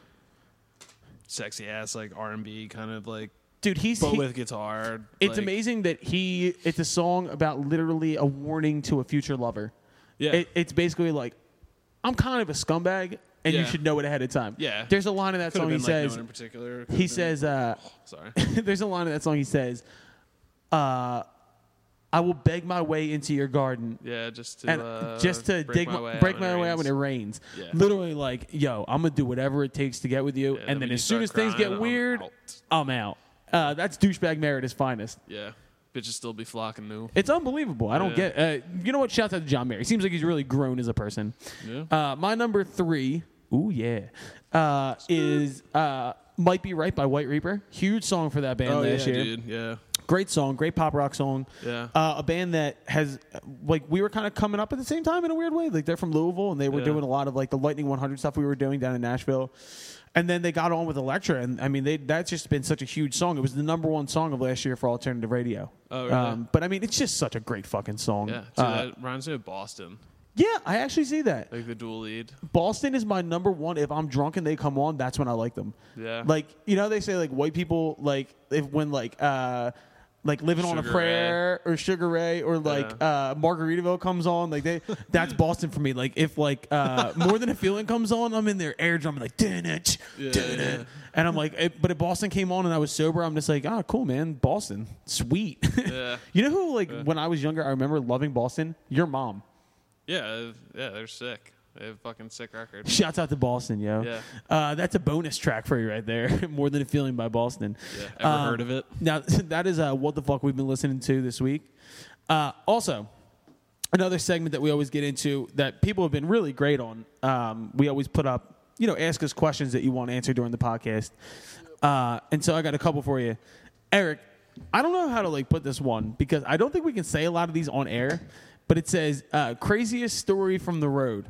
Speaker 2: sexy ass like R and B kind of like
Speaker 1: dude, he's
Speaker 2: but
Speaker 1: he-
Speaker 2: with guitar.
Speaker 1: It's
Speaker 2: like-
Speaker 1: amazing that he. It's a song about literally a warning to a future lover.
Speaker 2: Yeah.
Speaker 1: It, it's basically like, I'm kind of a scumbag, and
Speaker 2: Yeah.
Speaker 1: you should know it ahead of time.
Speaker 2: Yeah.
Speaker 1: There's a line in that
Speaker 2: Could have been
Speaker 1: song. He
Speaker 2: like no
Speaker 1: says.
Speaker 2: one in particular. Could have
Speaker 1: he
Speaker 2: been-
Speaker 1: says. Uh,
Speaker 2: sorry.
Speaker 1: there's a line in that song. He says, uh, "I will beg my way into your garden."
Speaker 2: Yeah, just to
Speaker 1: And
Speaker 2: uh,
Speaker 1: just to
Speaker 2: break
Speaker 1: dig
Speaker 2: my way
Speaker 1: break
Speaker 2: out
Speaker 1: my
Speaker 2: when it
Speaker 1: way out when it
Speaker 2: rains.
Speaker 1: rains,
Speaker 2: Yeah.
Speaker 1: literally like, yo, I'm gonna do whatever it takes to get with you,
Speaker 2: Yeah,
Speaker 1: and
Speaker 2: then
Speaker 1: then
Speaker 2: when
Speaker 1: as
Speaker 2: you
Speaker 1: soon as
Speaker 2: start
Speaker 1: things get
Speaker 2: crying, I'm
Speaker 1: weird,
Speaker 2: out.
Speaker 1: I'm out. Uh, that's douchebag merit is finest.
Speaker 2: Yeah, bitches still be flocking new.
Speaker 1: It's unbelievable. I don't
Speaker 2: Yeah.
Speaker 1: get. Uh, you know what? Shouts out to John Mayer. He seems like he's really grown as a person.
Speaker 2: Yeah.
Speaker 1: Uh, my number three. Ooh yeah, uh, is uh, might be right by White Reaper. Huge song for that band
Speaker 2: oh yeah,
Speaker 1: last year.
Speaker 2: dude. Yeah,
Speaker 1: Great song. Great pop rock song.
Speaker 2: Yeah.
Speaker 1: Uh, a band that has like we were kind of coming up at the same time in a weird way. Like they're from Louisville and they were
Speaker 2: Yeah.
Speaker 1: doing a lot of like the Lightning 100 stuff we were doing down in Nashville. And then they got on with Elektra, and I mean, they, that's just been such a huge song. It was the number one song of last year for alternative radio. Um,
Speaker 2: Oh, really?
Speaker 1: but I mean, it's just such a great fucking song.
Speaker 2: yeah. Dude,
Speaker 1: Uh,
Speaker 2: that reminds me of Boston,
Speaker 1: yeah, I actually see that.
Speaker 2: like the dual lead.
Speaker 1: Boston is my number one. If I'm drunk and they come on, that's when I like them.
Speaker 2: Yeah.
Speaker 1: Like you know they say like white people like if when like uh like living on a
Speaker 2: Sugar
Speaker 1: prayer or Sugar Ray or like uh Margaritaville comes on like they that's Boston for me. Like if like uh more than a feeling comes on, I'm in their air drum like dun it,
Speaker 2: Yeah,
Speaker 1: dun
Speaker 2: yeah.
Speaker 1: it. and I'm like it, but if Boston came on and I was sober, I'm just like ah cool man Boston sweet.
Speaker 2: Yeah.
Speaker 1: you know who like when I was younger I remember loving Boston your mom.
Speaker 2: Yeah, uh, yeah, they're sick. They have fucking sick record.
Speaker 1: Shouts out to Boston, yo.
Speaker 2: Yeah.
Speaker 1: Uh, that's a bonus track for you right there. More than a feeling by Boston. Um,
Speaker 2: Yeah, ever heard of it?
Speaker 1: Now that is uh, what the fuck we've been listening to this week. Uh, also, another segment that we always get into that people have been really great on. Um, we always put up you know, ask us questions that you want answered during the podcast. Uh, and so I got a couple for you, Eric. I don't know how to like put this one because I don't think we can say a lot of these on air. But it says uh, craziest story from the road.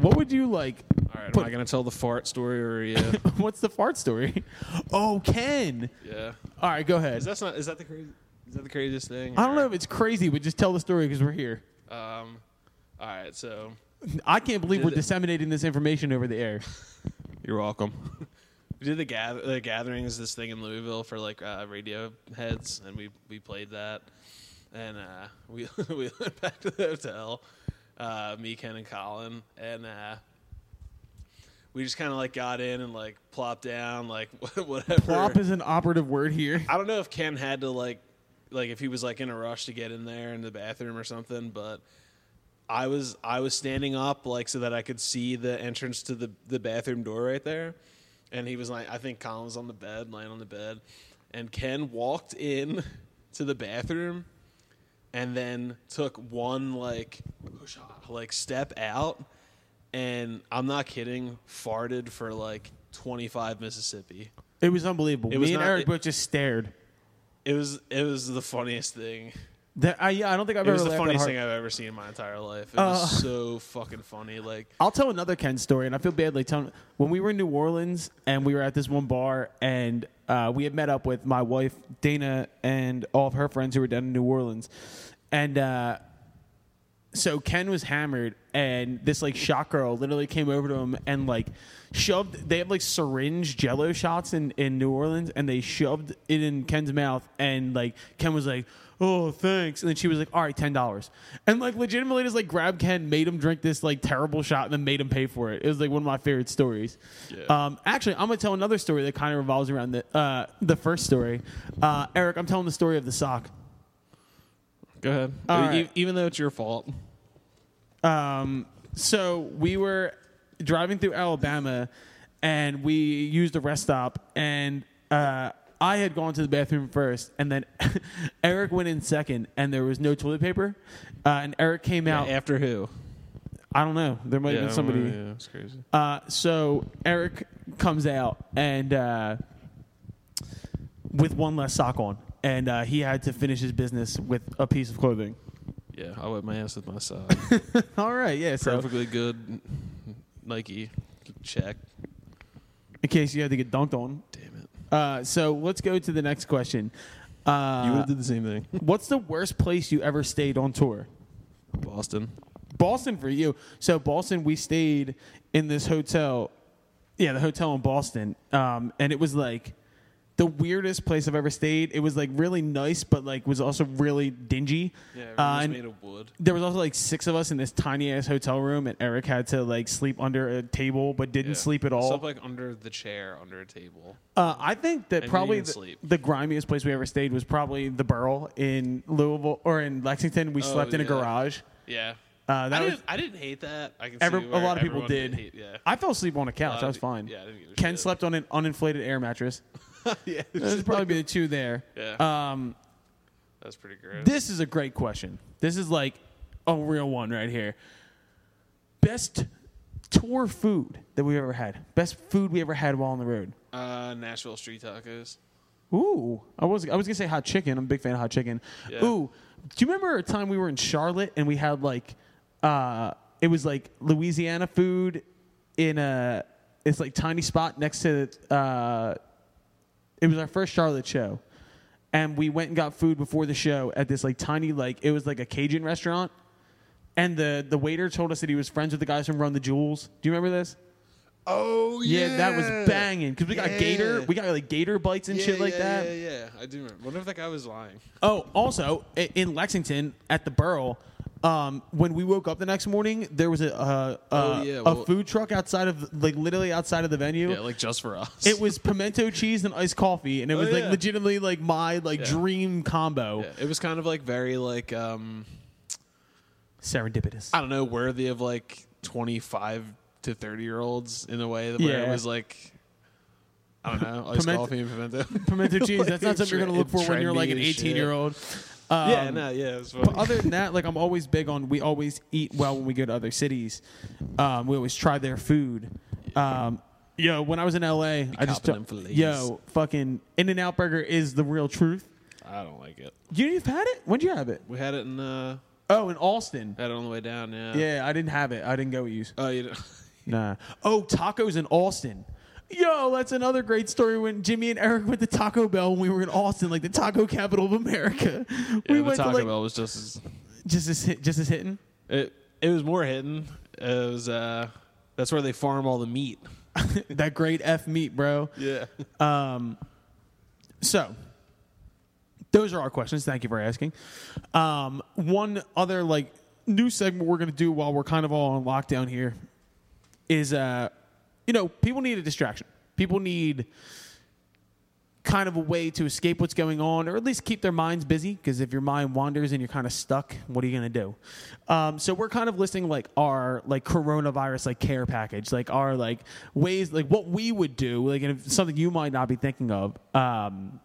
Speaker 1: What would you like?
Speaker 2: All right,
Speaker 1: put-
Speaker 2: am I gonna tell the fart story or yeah?
Speaker 1: What's the fart story? Oh, Ken.
Speaker 2: yeah.
Speaker 1: All right, go ahead.
Speaker 2: Is that not? Is that the crazy? Is that the craziest thing?
Speaker 1: I don't know if it's crazy, but just tell the story because we're here.
Speaker 2: Um, all right, so
Speaker 1: I can't believe
Speaker 2: Did
Speaker 1: we're
Speaker 2: it-
Speaker 1: disseminating this information over the air.
Speaker 2: you're welcome. we did the gather the gathering is this thing in Louisville for like uh, radio heads, and we we played that, and uh, we we went back to the hotel, uh, me, Ken, and Colin, and uh, we just kind of like got in and like plopped down, like whatever.
Speaker 1: Plop is an operative word here.
Speaker 2: I don't know if Ken had to like like if he was like in a rush to get in there in the bathroom or something, but I was I was standing up like so that I could see the entrance to the the bathroom door right there. And he was like I think Colin was on the bed, laying on the bed, and Ken walked in to the bathroom and then took one like like step out and I'm not kidding, farted for like 25 Mississippi.
Speaker 1: It was unbelievable.
Speaker 2: It
Speaker 1: Me
Speaker 2: was
Speaker 1: and
Speaker 2: not-
Speaker 1: Eric
Speaker 2: it-
Speaker 1: both just stared.
Speaker 2: It was it was the funniest thing.
Speaker 1: That, I, yeah, I don't think I've
Speaker 2: It
Speaker 1: ever.
Speaker 2: was the
Speaker 1: laughed that
Speaker 2: funniest
Speaker 1: hard.
Speaker 2: thing I've ever seen in my entire life. It
Speaker 1: Uh.
Speaker 2: was so fucking funny. Like
Speaker 1: I'll tell another Ken story, and I feel badly telling. When we were in New Orleans, and we were at this one bar, and uh, we had met up with my wife Dana and all of her friends who were down in New Orleans, and uh, so Ken was hammered, and this like shot girl literally came over to him and like shoved. They have like syringe Jello shots in in New Orleans, and they shoved it in Ken's mouth, and like Ken was like. Oh, thanks. And then she was like, "All right, ten dollars," and like legitimately just like grabbed Ken, made him drink this like terrible shot, and then made him pay for it. It was like one of my favorite stories.
Speaker 2: Yeah.
Speaker 1: Um, actually, I'm gonna tell another story that kind of revolves around the uh, the first story. Uh, Eric, I'm telling the story of the sock.
Speaker 2: go ahead.
Speaker 1: All right.
Speaker 2: e, Even though it's your fault.
Speaker 1: Um, so we were driving through Alabama, and we used a rest stop, and uh, I had gone to the bathroom first, and then Eric went in second, and there was no toilet paper, uh, and Eric came out.
Speaker 2: After who?
Speaker 1: I don't know. There might have been somebody.
Speaker 2: it's crazy.
Speaker 1: Uh, so Eric comes out and uh, with one less sock on, and uh, he had to finish his business with a piece of clothing.
Speaker 2: Yeah, I wet my ass with my sock.
Speaker 1: All right, yeah. So
Speaker 2: Perfectly good Nike check.
Speaker 1: in case you had to get dunked on,
Speaker 2: Damn it.
Speaker 1: Uh, so let's go to the next question. Uh,
Speaker 2: did the same thing.
Speaker 1: what's the worst place you ever stayed on tour?
Speaker 2: Boston.
Speaker 1: Boston for you. So Boston, we stayed in this hotel. Yeah, the hotel in Boston, um, and it was like the weirdest place I've ever stayed. It was like really nice, but like was also really dingy.
Speaker 2: Yeah, it
Speaker 1: Uh,
Speaker 2: was
Speaker 1: and-
Speaker 2: made of wood.
Speaker 1: there was also like six of us in this tiny ass hotel room, and Eric had to like sleep under a table, but didn't
Speaker 2: Yeah.
Speaker 1: sleep at all.
Speaker 2: Slept like under the chair, under a table.
Speaker 1: Uh, I think that
Speaker 2: And you
Speaker 1: probably
Speaker 2: didn't
Speaker 1: the,
Speaker 2: sleep.
Speaker 1: the grimiest place we ever stayed was probably the Burl in Louisville or in Lexington. We
Speaker 2: Oh,
Speaker 1: slept in a
Speaker 2: yeah.
Speaker 1: garage.
Speaker 2: Yeah.
Speaker 1: Uh, that
Speaker 2: I,
Speaker 1: was-
Speaker 2: didn't, I didn't hate that. I can
Speaker 1: Every,
Speaker 2: see
Speaker 1: a
Speaker 2: where
Speaker 1: lot of people
Speaker 2: everyone
Speaker 1: did.
Speaker 2: Hate, yeah.
Speaker 1: I fell asleep on a couch.
Speaker 2: Uh,
Speaker 1: I was fine.
Speaker 2: Yeah, I didn't give a
Speaker 1: Ken
Speaker 2: shit.
Speaker 1: slept on an uninflated air mattress.
Speaker 2: yeah,
Speaker 1: Those would probably be the two there.
Speaker 2: Yeah.
Speaker 1: Um,
Speaker 2: that's pretty gross.
Speaker 1: this is a great question. This is like a real one right here. Best tour food that we ever had. Best food we ever had while on the road.
Speaker 2: Uh, Nashville street tacos.
Speaker 1: Ooh, I was I was gonna say hot chicken. I'm a big fan of hot chicken.
Speaker 2: Yeah.
Speaker 1: Ooh, do you remember a time we were in Charlotte and we had like, uh, it was like Louisiana food in a it's like tiny spot next to uh, it was our first Charlotte show, and we went and got food before the show at this like tiny like it was like a Cajun restaurant, and the the waiter told us that he was friends with the guys from Run the Jewels. Do you remember this?
Speaker 2: Oh
Speaker 1: Yeah, that was banging because we got gator, we got like gator bites and shit like that.
Speaker 2: Yeah, yeah, I do remember. Wonder if that guy was lying.
Speaker 1: Oh, also i- in Lexington at the Borough, um, when we woke up the next morning, there was a uh, uh,
Speaker 2: Oh, yeah,
Speaker 1: a
Speaker 2: well-
Speaker 1: food truck outside of like literally outside of the venue.
Speaker 2: Yeah, like just for us.
Speaker 1: It was pimento cheese and iced coffee, and it was like
Speaker 2: yeah.
Speaker 1: legitimately like my like
Speaker 2: Yeah.
Speaker 1: dream combo.
Speaker 2: Yeah, it was kind of like very like um
Speaker 1: Serendipitous.
Speaker 2: I don't know worthy of like twenty five to thirty year olds in a way that where
Speaker 1: Yeah.
Speaker 2: it was like. I don't know. Iced
Speaker 1: Pimento-
Speaker 2: coffee and pimento.
Speaker 1: pimento cheese. That's not something you're gonna look
Speaker 2: Trendy
Speaker 1: for when you're like an
Speaker 2: as shit.
Speaker 1: 18 year old. Um,
Speaker 2: yeah, no, yeah. It was
Speaker 1: But
Speaker 2: funny.
Speaker 1: other than that, like I'm always big on we always eat well when we go to other cities. Um, we always try their food. Um, yo, when I was in LA, I just
Speaker 2: copping them fillets.
Speaker 1: yo fucking In and Out Burger is the real truth.
Speaker 2: I don't like it.
Speaker 1: You, you've had it? When'd you have it?
Speaker 2: We had it in uh,
Speaker 1: Oh, in Austin.
Speaker 2: had it on the way down. Yeah.
Speaker 1: Yeah, I didn't have it. I didn't go with you.
Speaker 2: Oh, you know.
Speaker 1: Nah. Oh, tacos in Austin. Yo, that's another great story when Jimmy and Eric went to Taco Bell when we were in Austin, like the taco capital of America. we
Speaker 2: Yeah, the
Speaker 1: went
Speaker 2: Taco
Speaker 1: to like
Speaker 2: Bell was just as
Speaker 1: just as hit, just as hitting.
Speaker 2: it. It was more hidden. It was uh, that's where they farm all the meat.
Speaker 1: that great F meat, bro.
Speaker 2: Yeah.
Speaker 1: Um, So, those are our questions. Thank you for asking. Um, one other like new segment we're gonna do while we're kind of all on lockdown here is, uh, you know, people need a distraction. People need kind of a way to escape what's going on, or at least keep their minds busy. Because if your mind wanders and you're kind of stuck, what are you gonna do? Um, so we're kind of listing like our like coronavirus like care package, like our like ways, like what we would do, like and if something you might not be thinking of. Um,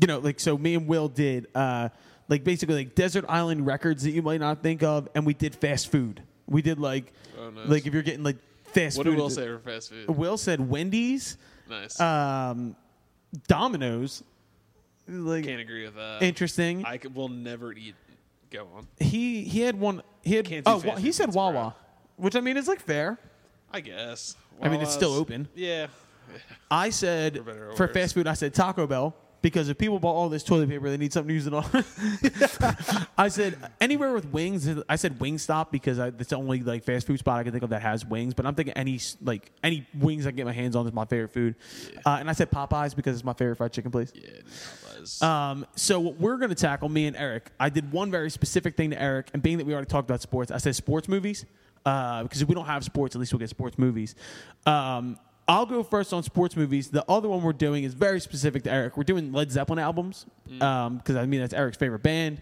Speaker 1: you know, like so me and Will did uh like basically like desert island records that you might not think of, and we did fast food. We did like
Speaker 2: Oh, nice.
Speaker 1: like if you're getting like fast
Speaker 2: what
Speaker 1: food.
Speaker 2: do Will say for fast food?
Speaker 1: Will said Wendy's,
Speaker 2: Nice.
Speaker 1: um, Domino's. Like
Speaker 2: Can't agree with that.
Speaker 1: interesting.
Speaker 2: I could, will never eat. Go on.
Speaker 1: he he had one. He had
Speaker 2: Can't do
Speaker 1: oh
Speaker 2: fast
Speaker 1: wa- he
Speaker 2: food,
Speaker 1: said
Speaker 2: it's brown.
Speaker 1: Wawa, which I mean is like fair.
Speaker 2: I guess.
Speaker 1: I mean, it's still
Speaker 2: Wawa's-
Speaker 1: open.
Speaker 2: Yeah.
Speaker 1: I said
Speaker 2: better or
Speaker 1: for
Speaker 2: worse.
Speaker 1: fast food, I said Taco Bell because if people bought all this toilet paper, they need something to use it on. I said anywhere with wings. I said Wingstop because I, that's the only like fast food spot I can think of that has wings. But I'm thinking any s- like any wings I can get my hands on is my favorite food. Uh, and I said Popeyes because it's my favorite fried chicken place.
Speaker 2: Yeah. dude, Popeyes.
Speaker 1: Um, so what we're going to tackle, me and Eric, I did one very specific thing to Eric, and being that we already talked about sports, I said sports movies uh, because if we don't have sports, at least we'll get sports movies. Um, I'll go first on sports movies. The other one we're doing is very specific to Eric. We're doing Led Zeppelin albums because I mean that's Eric's favorite band,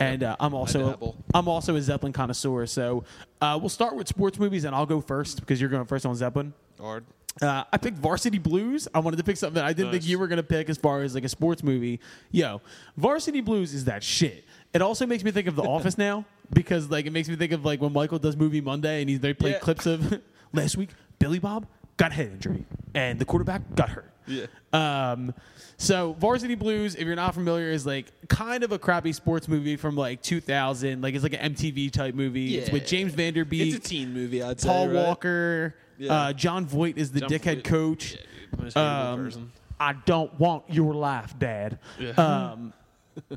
Speaker 1: and uh, I'm also
Speaker 2: dabble.
Speaker 1: I'm also a Zeppelin connoisseur. So uh, we'll start with sports movies, and I'll go first because you're going first on Zeppelin.
Speaker 2: Hard.
Speaker 1: Uh, I picked Varsity Blues. I wanted to pick something that I didn't think
Speaker 2: Nice.
Speaker 1: you were gonna pick as far as like a sports movie. Yo, Varsity Blues is that shit. It also makes me think of The Office now because like it makes me think of like when Michael does Movie Monday and he's, they play
Speaker 2: Yeah.
Speaker 1: clips of last week. Billy Bob got head injury and the quarterback got hurt.
Speaker 2: Yeah.
Speaker 1: Um, so Varsity Blues, if you're not familiar, is like kind of a crappy sports movie from like 2000. Like it's like an MTV type movie. It's with
Speaker 2: Yeah.
Speaker 1: James Vanderbeek.
Speaker 2: It's a teen movie. I'd say.
Speaker 1: Paul
Speaker 2: right?
Speaker 1: Walker.
Speaker 2: Yeah.
Speaker 1: Uh, John Voight is the
Speaker 2: John
Speaker 1: dickhead
Speaker 2: Voight.
Speaker 1: coach.
Speaker 2: Yeah, dude, most hateable
Speaker 1: Um,
Speaker 2: person.
Speaker 1: I don't want your life, Dad.
Speaker 2: Yeah.
Speaker 1: Um,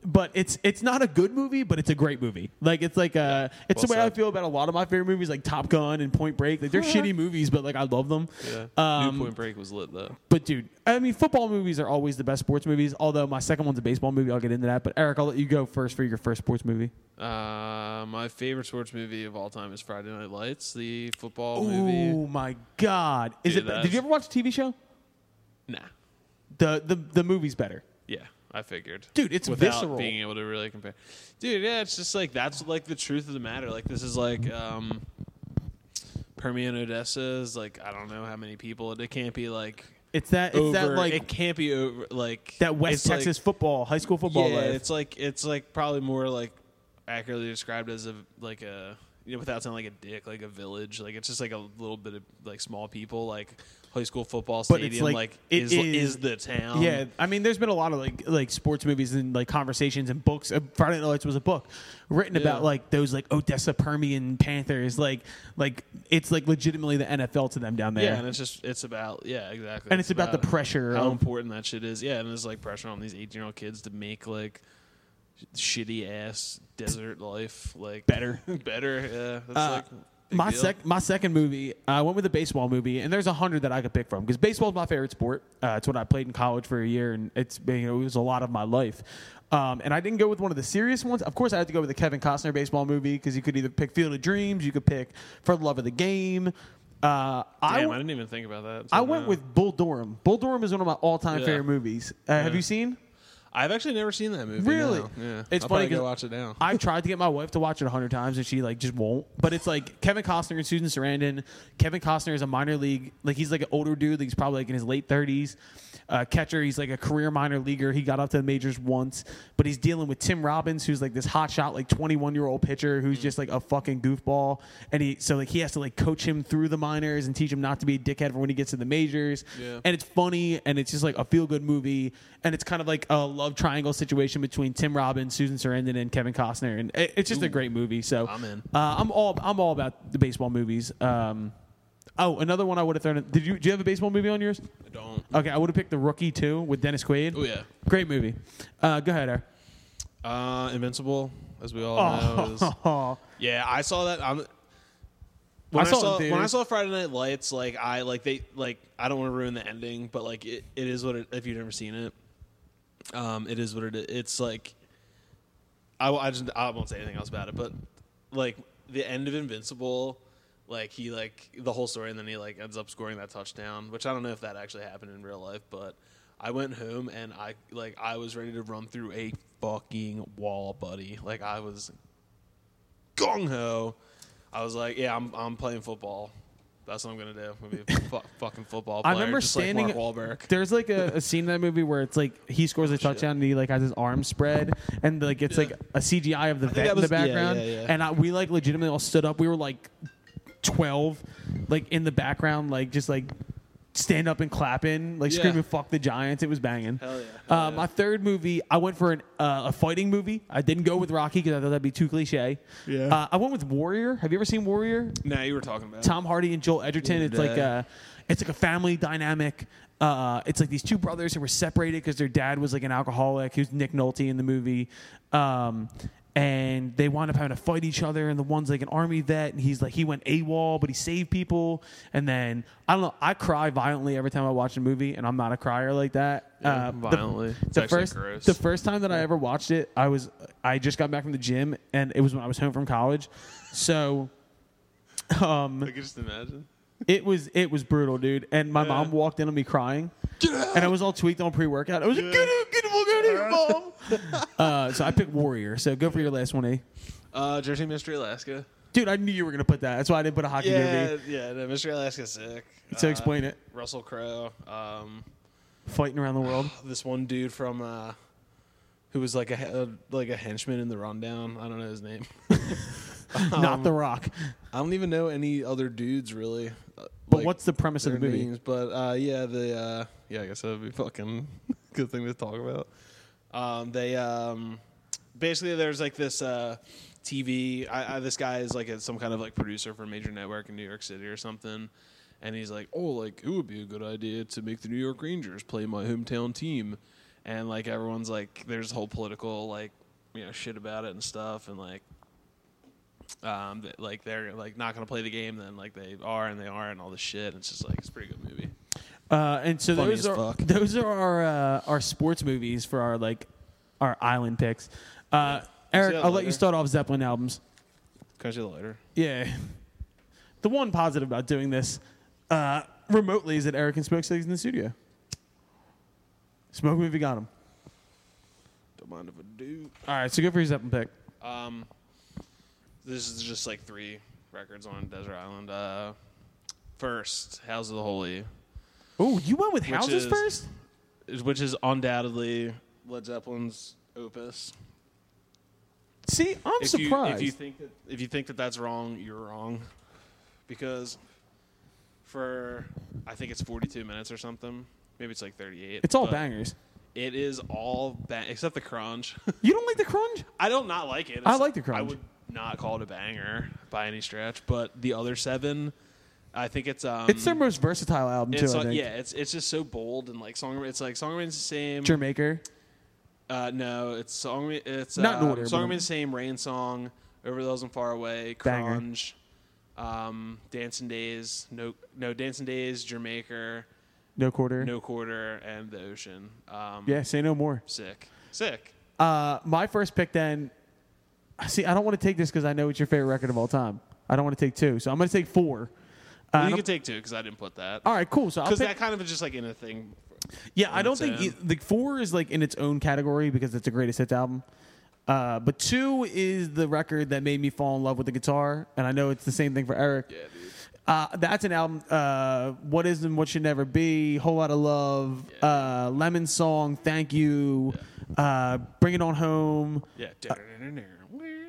Speaker 1: but it's it's not a good movie, but it's a great movie. Like it's like uh it's
Speaker 2: well
Speaker 1: the way I
Speaker 2: said.
Speaker 1: feel about a lot of my favorite movies, like Top Gun and Point Break. Like they're shitty movies, but like I love them.
Speaker 2: Yeah.
Speaker 1: Um,
Speaker 2: New Point Break was lit though.
Speaker 1: But dude, I mean, football movies are always the best sports movies. Although my second one's a baseball movie, I'll get into that. But Eric, I'll let you go first for your first sports movie.
Speaker 2: Uh, my favorite sports movie of all time is Friday Night Lights, the football movie.
Speaker 1: Oh my god, is
Speaker 2: Dude,
Speaker 1: it?
Speaker 2: that's-
Speaker 1: Did you ever watch the TV show?
Speaker 2: Nah.
Speaker 1: The the the movie's better.
Speaker 2: Yeah, I figured.
Speaker 1: Dude, it's
Speaker 2: Without
Speaker 1: visceral.
Speaker 2: being able to really compare. Dude, yeah, it's just like that's like the truth of the matter. Like this is like um Permian Odessa is like I don't know how many people. It can't be like
Speaker 1: It's that. It's
Speaker 2: over.
Speaker 1: that like
Speaker 2: it can't be over like
Speaker 1: that West
Speaker 2: it's, like,
Speaker 1: Texas football, high school football
Speaker 2: yeah,
Speaker 1: life.
Speaker 2: it's like it's like probably more like accurately described as a like a you know without sounding like a dick like a village like it's just like a little bit of like small people like high school football
Speaker 1: But it's
Speaker 2: stadium
Speaker 1: like-
Speaker 2: like,
Speaker 1: it
Speaker 2: is,
Speaker 1: is-
Speaker 2: is the town
Speaker 1: yeah, I mean, there's been a lot of like like sports movies and like conversations and books. Uh, Friday Night Lights was a book written about like those like Odessa Permian Panthers. Like like it's like legitimately the NFL to them down there.
Speaker 2: yeah and it's just it's about yeah exactly
Speaker 1: And it's about the pressure
Speaker 2: how
Speaker 1: of-
Speaker 2: important that shit is yeah and there's like pressure on these 18 year old kids to make like shitty ass desert life like
Speaker 1: Better.
Speaker 2: better yeah that's
Speaker 1: Uh,
Speaker 2: like big
Speaker 1: my
Speaker 2: deal.
Speaker 1: sec- my second movie, I went with a baseball movie, and there's a hundred that I could pick from because baseball's my favorite sport. Uh, it's what I played in college for a year, and it's been- you know, it was a lot of my life. Um, and I didn't go with one of the serious ones. Of course, I had to go with the Kevin Costner baseball movie because you could either pick Field of Dreams, you could pick For the Love of the Game. Uh,
Speaker 2: Damn, I,
Speaker 1: I,
Speaker 2: didn't even think about that
Speaker 1: I
Speaker 2: So,
Speaker 1: went
Speaker 2: no.
Speaker 1: with Bull Durham. Bull Durham is one of my all time
Speaker 2: Yeah.
Speaker 1: favorite movies. Uh, Have
Speaker 2: Yeah.
Speaker 1: you seen?
Speaker 2: I've actually never seen that movie.
Speaker 1: Really?
Speaker 2: no. Yeah.
Speaker 1: It's
Speaker 2: I'll
Speaker 1: funny
Speaker 2: probably go watch
Speaker 1: 'cause-
Speaker 2: it now.
Speaker 1: I've tried to get my wife to watch it a hundred times, and she like just won't. But it's like Kevin Costner and Susan Sarandon. Kevin Costner is a minor league, like he's like an older dude. Like he's probably like in his late thirties. Uh, catcher, he's like a career minor leaguer. He got up to the majors once, but he's dealing with Tim Robbins, who's like this hotshot, like twenty-one year old pitcher who's just like a fucking goofball. And he so like he has to like coach him through the minors and teach him not to be a dickhead for when he gets to the majors.
Speaker 2: Yeah.
Speaker 1: And it's funny and it's just like a feel good movie and it's kind of like a love triangle situation between Tim Robbins, Susan Sarandon, and Kevin Costner, and it, it's just a great movie. So
Speaker 2: I'm in.
Speaker 1: Uh, I'm all I'm all about the baseball movies. Um, oh, another one I would have thrown. In, did you do you have a baseball movie on yours?
Speaker 2: I don't.
Speaker 1: Okay, I would have picked The Rookie too with Dennis Quaid.
Speaker 2: Oh yeah.
Speaker 1: Great movie. Uh, go ahead, Eric.
Speaker 2: Uh, Invincible, as we all know. Is,
Speaker 1: Oh,
Speaker 2: yeah, I saw that. I'm,
Speaker 1: I
Speaker 2: when I
Speaker 1: saw it
Speaker 2: saw,
Speaker 1: in
Speaker 2: when I
Speaker 1: theaters.
Speaker 2: saw Friday Night Lights, like I like they like I don't want to ruin the ending, but like it, it is what it, if you've never seen it, um, it is what it is. It's like I, will- I just I won't say anything else about it, but like the end of Invincible, like he like the whole story, and then he like ends up scoring that touchdown, which I don't know if that actually happened in real life, but I went home and I like I was ready to run through a fucking wall, buddy. Like I was gung ho. I was like, yeah, I'm I'm playing football. That's what I'm gonna do. I'm gonna be a fu- fucking football
Speaker 1: I
Speaker 2: player,
Speaker 1: remember
Speaker 2: just
Speaker 1: standing-
Speaker 2: like Mark Wahlberg.
Speaker 1: There's like a, a scene in that movie where it's like he scores a touchdown and he like has his arms spread and like it's
Speaker 2: Oh, Yeah.
Speaker 1: like a CGI of the
Speaker 2: think
Speaker 1: vet
Speaker 2: that
Speaker 1: in the
Speaker 2: was- yeah,
Speaker 1: background.
Speaker 2: yeah, yeah.
Speaker 1: And I, we like legitimately all stood up. We were like twelve, like in the background, like just like stand up and clapping, like
Speaker 2: Yeah.
Speaker 1: screaming "fuck the Giants." It was banging.
Speaker 2: Hell yeah. Hell
Speaker 1: uh,
Speaker 2: yeah.
Speaker 1: My third movie, I went for an, uh, a fighting movie. I didn't go with Rocky because I thought that'd be too cliche.
Speaker 2: Yeah.
Speaker 1: Uh, I went with Warrior. Have you ever seen Warrior?
Speaker 2: Now you were talking about it.
Speaker 1: Tom Hardy and Joel Edgerton.
Speaker 2: Yeah,
Speaker 1: it's like
Speaker 2: yeah.
Speaker 1: a, it's like a family dynamic. Uh, it's like these two brothers who were separated because their dad was like an alcoholic, who's Nick Nolte in the movie, um, and they wind up having to fight each other. And the one's like an army vet, and he's like he went AWOL, but he saved people. And then I don't know, I cry violently every time I watch a movie, and I'm not a crier like that.
Speaker 2: Yeah,
Speaker 1: Uh, the-
Speaker 2: violently. It's
Speaker 1: the
Speaker 2: actually
Speaker 1: first,
Speaker 2: gross.
Speaker 1: the first time that I ever watched it, I was I just got back from the gym, and it was when I was home from college, so. Um,
Speaker 2: I could just imagine.
Speaker 1: it was it was brutal, dude. And my mom walked in on me crying, and I was all tweaked on pre workout. I was like, "Good, good, we'll go to your mom." uh, so I picked Warrior. So go for your last one, A.
Speaker 2: Uh, Jersey Mystery Alaska.
Speaker 1: Dude, I knew you were gonna put that. That's why I didn't put a hockey
Speaker 2: Yeah,
Speaker 1: derby.
Speaker 2: yeah. No, Mystery Alaska's sick.
Speaker 1: So
Speaker 2: Uh,
Speaker 1: explain it.
Speaker 2: Russell Crowe. Um,
Speaker 1: Fighting around the world.
Speaker 2: this one dude from uh, who was like a, he- uh like a henchman in the rundown. I don't know his name. Um,
Speaker 1: Not The Rock.
Speaker 2: I don't even know any other dudes really. uh,
Speaker 1: But
Speaker 2: like,
Speaker 1: what's the premise of
Speaker 2: their
Speaker 1: the movie?
Speaker 2: names, but uh, yeah, the uh, yeah, I guess that would be fucking good thing to talk about. Um, they um, basically there's like this uh, TV. I, I, this guy is like a, some kind of like producer for a major network in New York City or something, and he's like, oh, like it would be a good idea to make the New York Rangers play my hometown team, and like everyone's like, there's whole political like you know shit about it and stuff, and like um, that, like they're like not gonna play the game, then like they are and they are and all this shit. And it's just like it's a pretty good movie.
Speaker 1: Uh, and so
Speaker 2: Funny
Speaker 1: those
Speaker 2: as
Speaker 1: are
Speaker 2: fuck.
Speaker 1: those are our uh, our sports movies for our like our island picks. Uh, Eric,
Speaker 2: See
Speaker 1: I'll
Speaker 2: you
Speaker 1: let you
Speaker 2: later.
Speaker 1: start off Zeppelin albums.
Speaker 2: Can I see the lighter?
Speaker 1: Yeah. The one positive about doing this uh, remotely is that Eric can smoke cigs in the studio. Smoke 'em if you got him.
Speaker 2: Don't mind if I do.
Speaker 1: All right, so go for your second pick.
Speaker 2: Um, this is just like three records on Desert Island. Uh, first, House of the Holy,
Speaker 1: Oh, you went with houses
Speaker 2: is-
Speaker 1: first?
Speaker 2: is- which is undoubtedly Led Zeppelin's opus.
Speaker 1: See, I'm
Speaker 2: if You,
Speaker 1: surprised.
Speaker 2: if you think that if you think that that's wrong, you're wrong, because for I think it's 42 minutes or something. Maybe it's like 38.
Speaker 1: it's all
Speaker 2: but-
Speaker 1: bangers.
Speaker 2: It is all bang except the crunch.
Speaker 1: You don't like the crunch?
Speaker 2: I don't not like it.
Speaker 1: I like the
Speaker 2: I
Speaker 1: crunch.
Speaker 2: would not call it a banger by any stretch, but the other seven, I think it's um,
Speaker 1: it's their most versatile album, too,
Speaker 2: it's,
Speaker 1: I
Speaker 2: uh,
Speaker 1: think.
Speaker 2: yeah, it's it's just so bold and like song. It's like song remains the same.
Speaker 1: Jamaica.
Speaker 2: Uh, no, it's song. Re- It's
Speaker 1: Not in
Speaker 2: um,
Speaker 1: order, but-
Speaker 2: Song remains the same. Rain song. Over the hills and far away.
Speaker 1: Banger.
Speaker 2: Crunch. Um, dancing days. No, no dancing days. Jamaica.
Speaker 1: No quarter.
Speaker 2: No quarter and the ocean. Um,
Speaker 1: Yeah, say no more.
Speaker 2: sick, sick.
Speaker 1: Uh, my first pick then. See, I don't want to take this because I know it's your favorite record of all time. I don't want to take two, so I'm going to take four. Uh,
Speaker 2: Well,
Speaker 1: and
Speaker 2: you
Speaker 1: I'm-
Speaker 2: can take two because I didn't put that.
Speaker 1: all right, cool. So I'll
Speaker 2: Because
Speaker 1: pick,
Speaker 2: that kind of is just like in a thing.
Speaker 1: Yeah, I
Speaker 2: on
Speaker 1: don't
Speaker 2: its
Speaker 1: think
Speaker 2: own.
Speaker 1: e- the four is like in its own category because it's the greatest hits album. Uh, but two is the record that made me fall in love with the guitar, and I know it's the same thing for Eric. Yeah, dude. Uh, that's an album. Uh, what is and what should never be. Whole lot of love. Uh, Lemon song. Thank you. Uh, bring it on home.
Speaker 2: Yeah.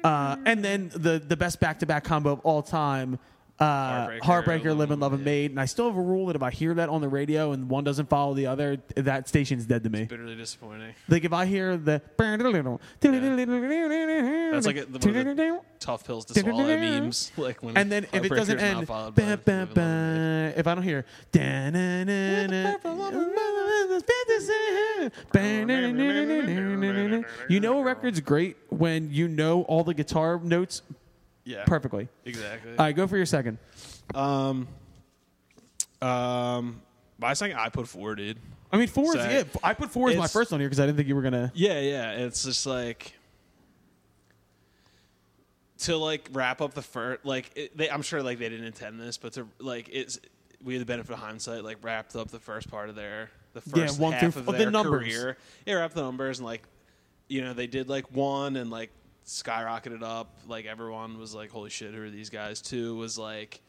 Speaker 1: Uh, and then the the best back to back combo of all time. Uh,
Speaker 2: Heartbreaker,
Speaker 1: Heartbreaker, Live and Love and
Speaker 2: yeah.
Speaker 1: Made, and I still have a rule that if I hear that on the radio and one doesn't follow the other, that station's dead to me.
Speaker 2: Bitterly disappointing.
Speaker 1: Like if I hear the that's
Speaker 2: That's like a- the- one of the tough pills to swallow memes. Like when
Speaker 1: and then if it
Speaker 2: Heartbreaker's
Speaker 1: doesn't
Speaker 2: not
Speaker 1: end,
Speaker 2: followed by
Speaker 1: ba-
Speaker 2: Live
Speaker 1: ba-
Speaker 2: and Let It Live.
Speaker 1: ba- if I don't hear, you know a record's great when you know all the guitar notes
Speaker 2: yeah,
Speaker 1: perfectly.
Speaker 2: exactly.
Speaker 1: All right, go for your second.
Speaker 2: Um, um, my second, I put four, dude.
Speaker 1: I mean, four
Speaker 2: So,
Speaker 1: is yeah. I put four as my
Speaker 2: it's-
Speaker 1: first on here because I didn't think you were gonna.
Speaker 2: Yeah, yeah. It's just like to like wrap up the first. Like it, they, I'm sure like they didn't intend this, but to like it's we had the benefit of hindsight. Like wrapped up the first part of their the
Speaker 1: Yeah,
Speaker 2: first
Speaker 1: one
Speaker 2: half
Speaker 1: through
Speaker 2: of
Speaker 1: f- the
Speaker 2: their
Speaker 1: numbers.
Speaker 2: career. Yeah, wrapped the numbers and like you know they did like one and like skyrocketed up. Like everyone was like, "Holy shit, who are these guys?" Two was like,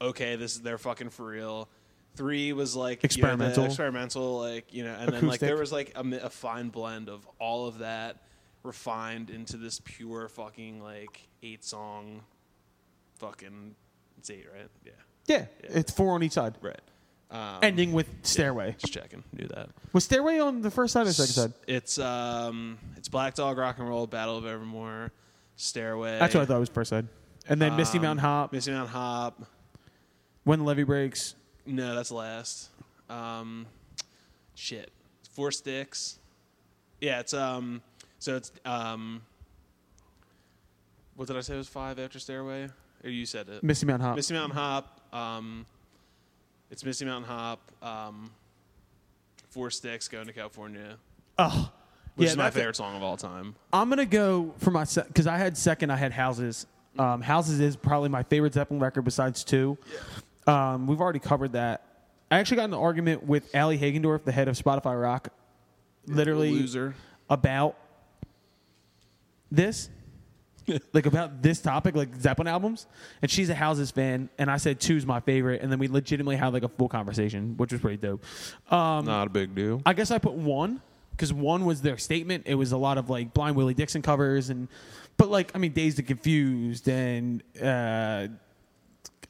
Speaker 2: "Okay, this is they're fucking for real." Three was like you know, the
Speaker 1: Experimental.
Speaker 2: experimental, like you know, and then like
Speaker 1: Acoustic.
Speaker 2: there was like a, mi- a fine blend of all of that refined into this pure fucking like eight song fucking it's eight right yeah
Speaker 1: Yeah, it's four on each side,
Speaker 2: right um,
Speaker 1: ending with Stairway.
Speaker 2: just checking knew that
Speaker 1: Was Stairway on the first side or second side?
Speaker 2: it's um it's black dog rock and roll battle of evermore stairway
Speaker 1: That's what I thought it was first side. And then Misty
Speaker 2: um,
Speaker 1: Mountain Hop,
Speaker 2: missy mountain hop
Speaker 1: When the Levee Breaks.
Speaker 2: no that's last um shit four sticks yeah it's um so it's um what did i say was five after stairway or you said it
Speaker 1: Misty Mountain Hop.
Speaker 2: Misty Mountain Hop. Um, it's Misty Mountain Hop. Um, Four Sticks going to California,
Speaker 1: Oh,
Speaker 2: which
Speaker 1: yeah,
Speaker 2: is my
Speaker 1: that's it.
Speaker 2: favorite song of all time.
Speaker 1: I'm gonna go for my because I had second. I had Houses. Um, Houses is probably my favorite Zeppelin record besides two. Um, we've already covered that. I actually got in an argument with Ali Hagendorf, the head of Spotify Rock, literally
Speaker 2: loser.
Speaker 1: about this, like about this topic, like Zeppelin albums. And she's a Houses fan, and I said two's my favorite. And then we legitimately had like a full conversation, which was pretty dope. Um,
Speaker 2: Not a big deal.
Speaker 1: I guess I put one because one was their statement. It was a lot of like Blind Willie Dixon covers and, but like I mean, Days to Confused and. Uh,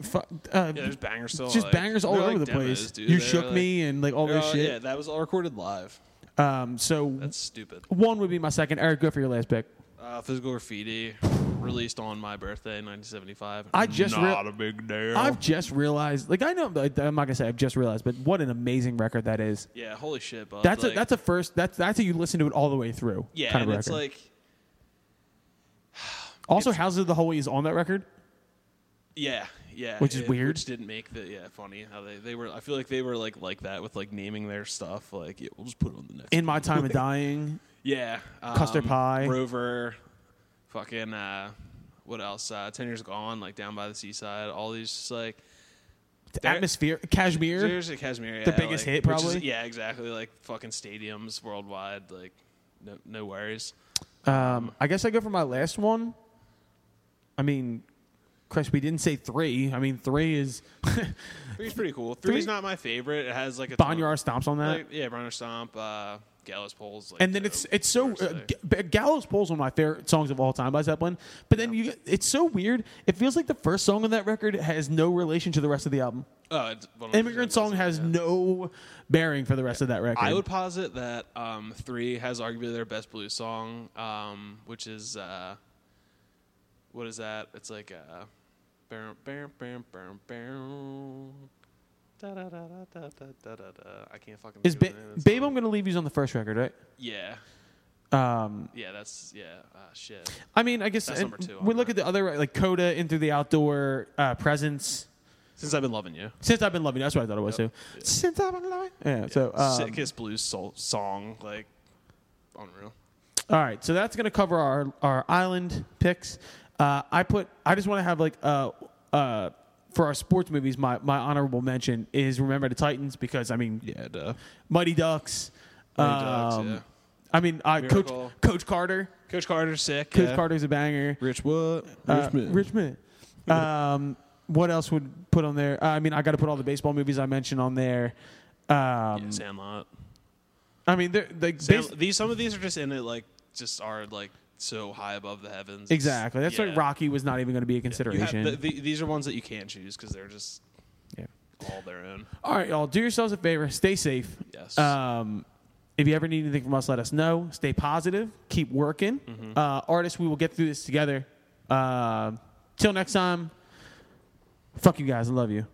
Speaker 1: fu- uh,
Speaker 2: Yeah, there's bangers still.
Speaker 1: just
Speaker 2: like-
Speaker 1: bangers all
Speaker 2: they're
Speaker 1: over
Speaker 2: like
Speaker 1: the
Speaker 2: demos,
Speaker 1: place.
Speaker 2: dude.
Speaker 1: You
Speaker 2: They're
Speaker 1: shook
Speaker 2: like-
Speaker 1: me and like all
Speaker 2: they're
Speaker 1: this
Speaker 2: all- Yeah,
Speaker 1: shit.
Speaker 2: that was all recorded live.
Speaker 1: Um, so
Speaker 2: That's stupid.
Speaker 1: one would be my second. Eric, go for your last pick.
Speaker 2: Uh, Physical Graffiti, released on my birthday, 1975.
Speaker 1: I just rea-
Speaker 2: not a big deal.
Speaker 1: I've just realized, like I know, like, I'm not gonna say I've just realized, but what an amazing record that is.
Speaker 2: yeah, holy shit, bud.
Speaker 1: That's
Speaker 2: like,
Speaker 1: a that's a first. That's that's a you listen to it all the way through.
Speaker 2: yeah,
Speaker 1: kind of
Speaker 2: and
Speaker 1: record.
Speaker 2: it's like
Speaker 1: also Houses of the Holy is on that record.
Speaker 2: Yeah, yeah,
Speaker 1: Which is
Speaker 2: it-
Speaker 1: weird.
Speaker 2: Which didn't make the yeah funny how they, they were. I feel like they were like like that with like naming their stuff. Like yeah, we'll just put it on the next.
Speaker 1: In My Time of Dying,
Speaker 2: yeah, um,
Speaker 1: Custard Pie.
Speaker 2: Rover, fucking uh, what else? Uh, Ten years gone, like down by the seaside. All these just, like They're-
Speaker 1: Atmosphere, Kashmir.
Speaker 2: seriously, Kashmir. Yeah,
Speaker 1: The biggest
Speaker 2: like,
Speaker 1: hit,
Speaker 2: which is-
Speaker 1: probably?
Speaker 2: yeah, exactly. Like fucking stadiums worldwide. Like no no worries.
Speaker 1: Um, I guess I go for my last one. I mean, Chris, we didn't say three. I mean, three is
Speaker 2: Three's pretty cool. Three's
Speaker 1: Three-
Speaker 2: not my favorite. It has like a ton-
Speaker 1: Boneyard stomps on that,
Speaker 2: like, yeah, Boneyard Stomp, uh, Gallows Poles, like,
Speaker 1: and then
Speaker 2: the
Speaker 1: it's it's so
Speaker 2: worst
Speaker 1: uh,
Speaker 2: thing.
Speaker 1: G- B- Gallows Pole's one of my favorite songs of all time by Zeppelin. But then you, it's so weird. It feels like the first song on that record has no relation to the rest of the album.
Speaker 2: Oh, it's 100%
Speaker 1: Immigrant Song has
Speaker 2: yeah.
Speaker 1: no bearing for the rest of that record.
Speaker 2: I would posit that um, three has arguably their best blues song, um, which is uh, what is that? It's like uh, bam, bam, bam, bam, bam. Da, da, da, da, da, da, da, da, da. I can't fucking.
Speaker 1: is
Speaker 2: think
Speaker 1: ba-
Speaker 2: of the name of the
Speaker 1: Babe.
Speaker 2: song.
Speaker 1: I'm gonna leave you on the first record, right?
Speaker 2: Yeah,
Speaker 1: Um,
Speaker 2: yeah, that's yeah. Ah, shit.
Speaker 1: I mean, I guess
Speaker 2: That's
Speaker 1: and
Speaker 2: number two on
Speaker 1: we look
Speaker 2: that.
Speaker 1: at the other like Coda into the outdoor uh, presence.
Speaker 2: Since I've been loving you,
Speaker 1: Since I've been loving you. That's what I thought it was
Speaker 2: Yep.
Speaker 1: too. Since I've been loving. Yeah. So um,
Speaker 2: sickest blues soul- song, like unreal.
Speaker 1: all right. So that's gonna cover our our island picks. Uh, I put. I just want to have like a, a for our sports movies, my, my honorable mention is Remember the Titans because I mean
Speaker 2: Yeah, duh.
Speaker 1: Mighty Ducks.
Speaker 2: Mighty Ducks,
Speaker 1: um,
Speaker 2: yeah.
Speaker 1: I mean uh, Coach
Speaker 2: Miracle.
Speaker 1: Coach Carter.
Speaker 2: Coach Carter's sick.
Speaker 1: Coach
Speaker 2: yeah.
Speaker 1: Carter's a banger.
Speaker 2: Rich Wood.
Speaker 1: Uh, Richmond. Um, what else would put on there? Uh, I mean, I got to put all the baseball movies I mentioned on there. Um,
Speaker 2: yeah, Sandlot.
Speaker 1: I mean, they're, like
Speaker 2: Sam,
Speaker 1: bas-
Speaker 2: these some of these are just in it like just are like so high above the heavens. It's-
Speaker 1: exactly. That's
Speaker 2: yeah.
Speaker 1: why Rocky was not even going to be
Speaker 2: You
Speaker 1: a
Speaker 2: have-
Speaker 1: consideration.
Speaker 2: the- the- these are ones that you can't choose because they're just
Speaker 1: Yeah.
Speaker 2: all their own.
Speaker 1: All right, y'all, do yourselves a favor. Stay safe.
Speaker 2: Yes.
Speaker 1: Um, if you ever need anything from us, let us know. Stay positive. Keep working. Uh, artists, we will get through this together. Uh, till next time, fuck you guys. I love you.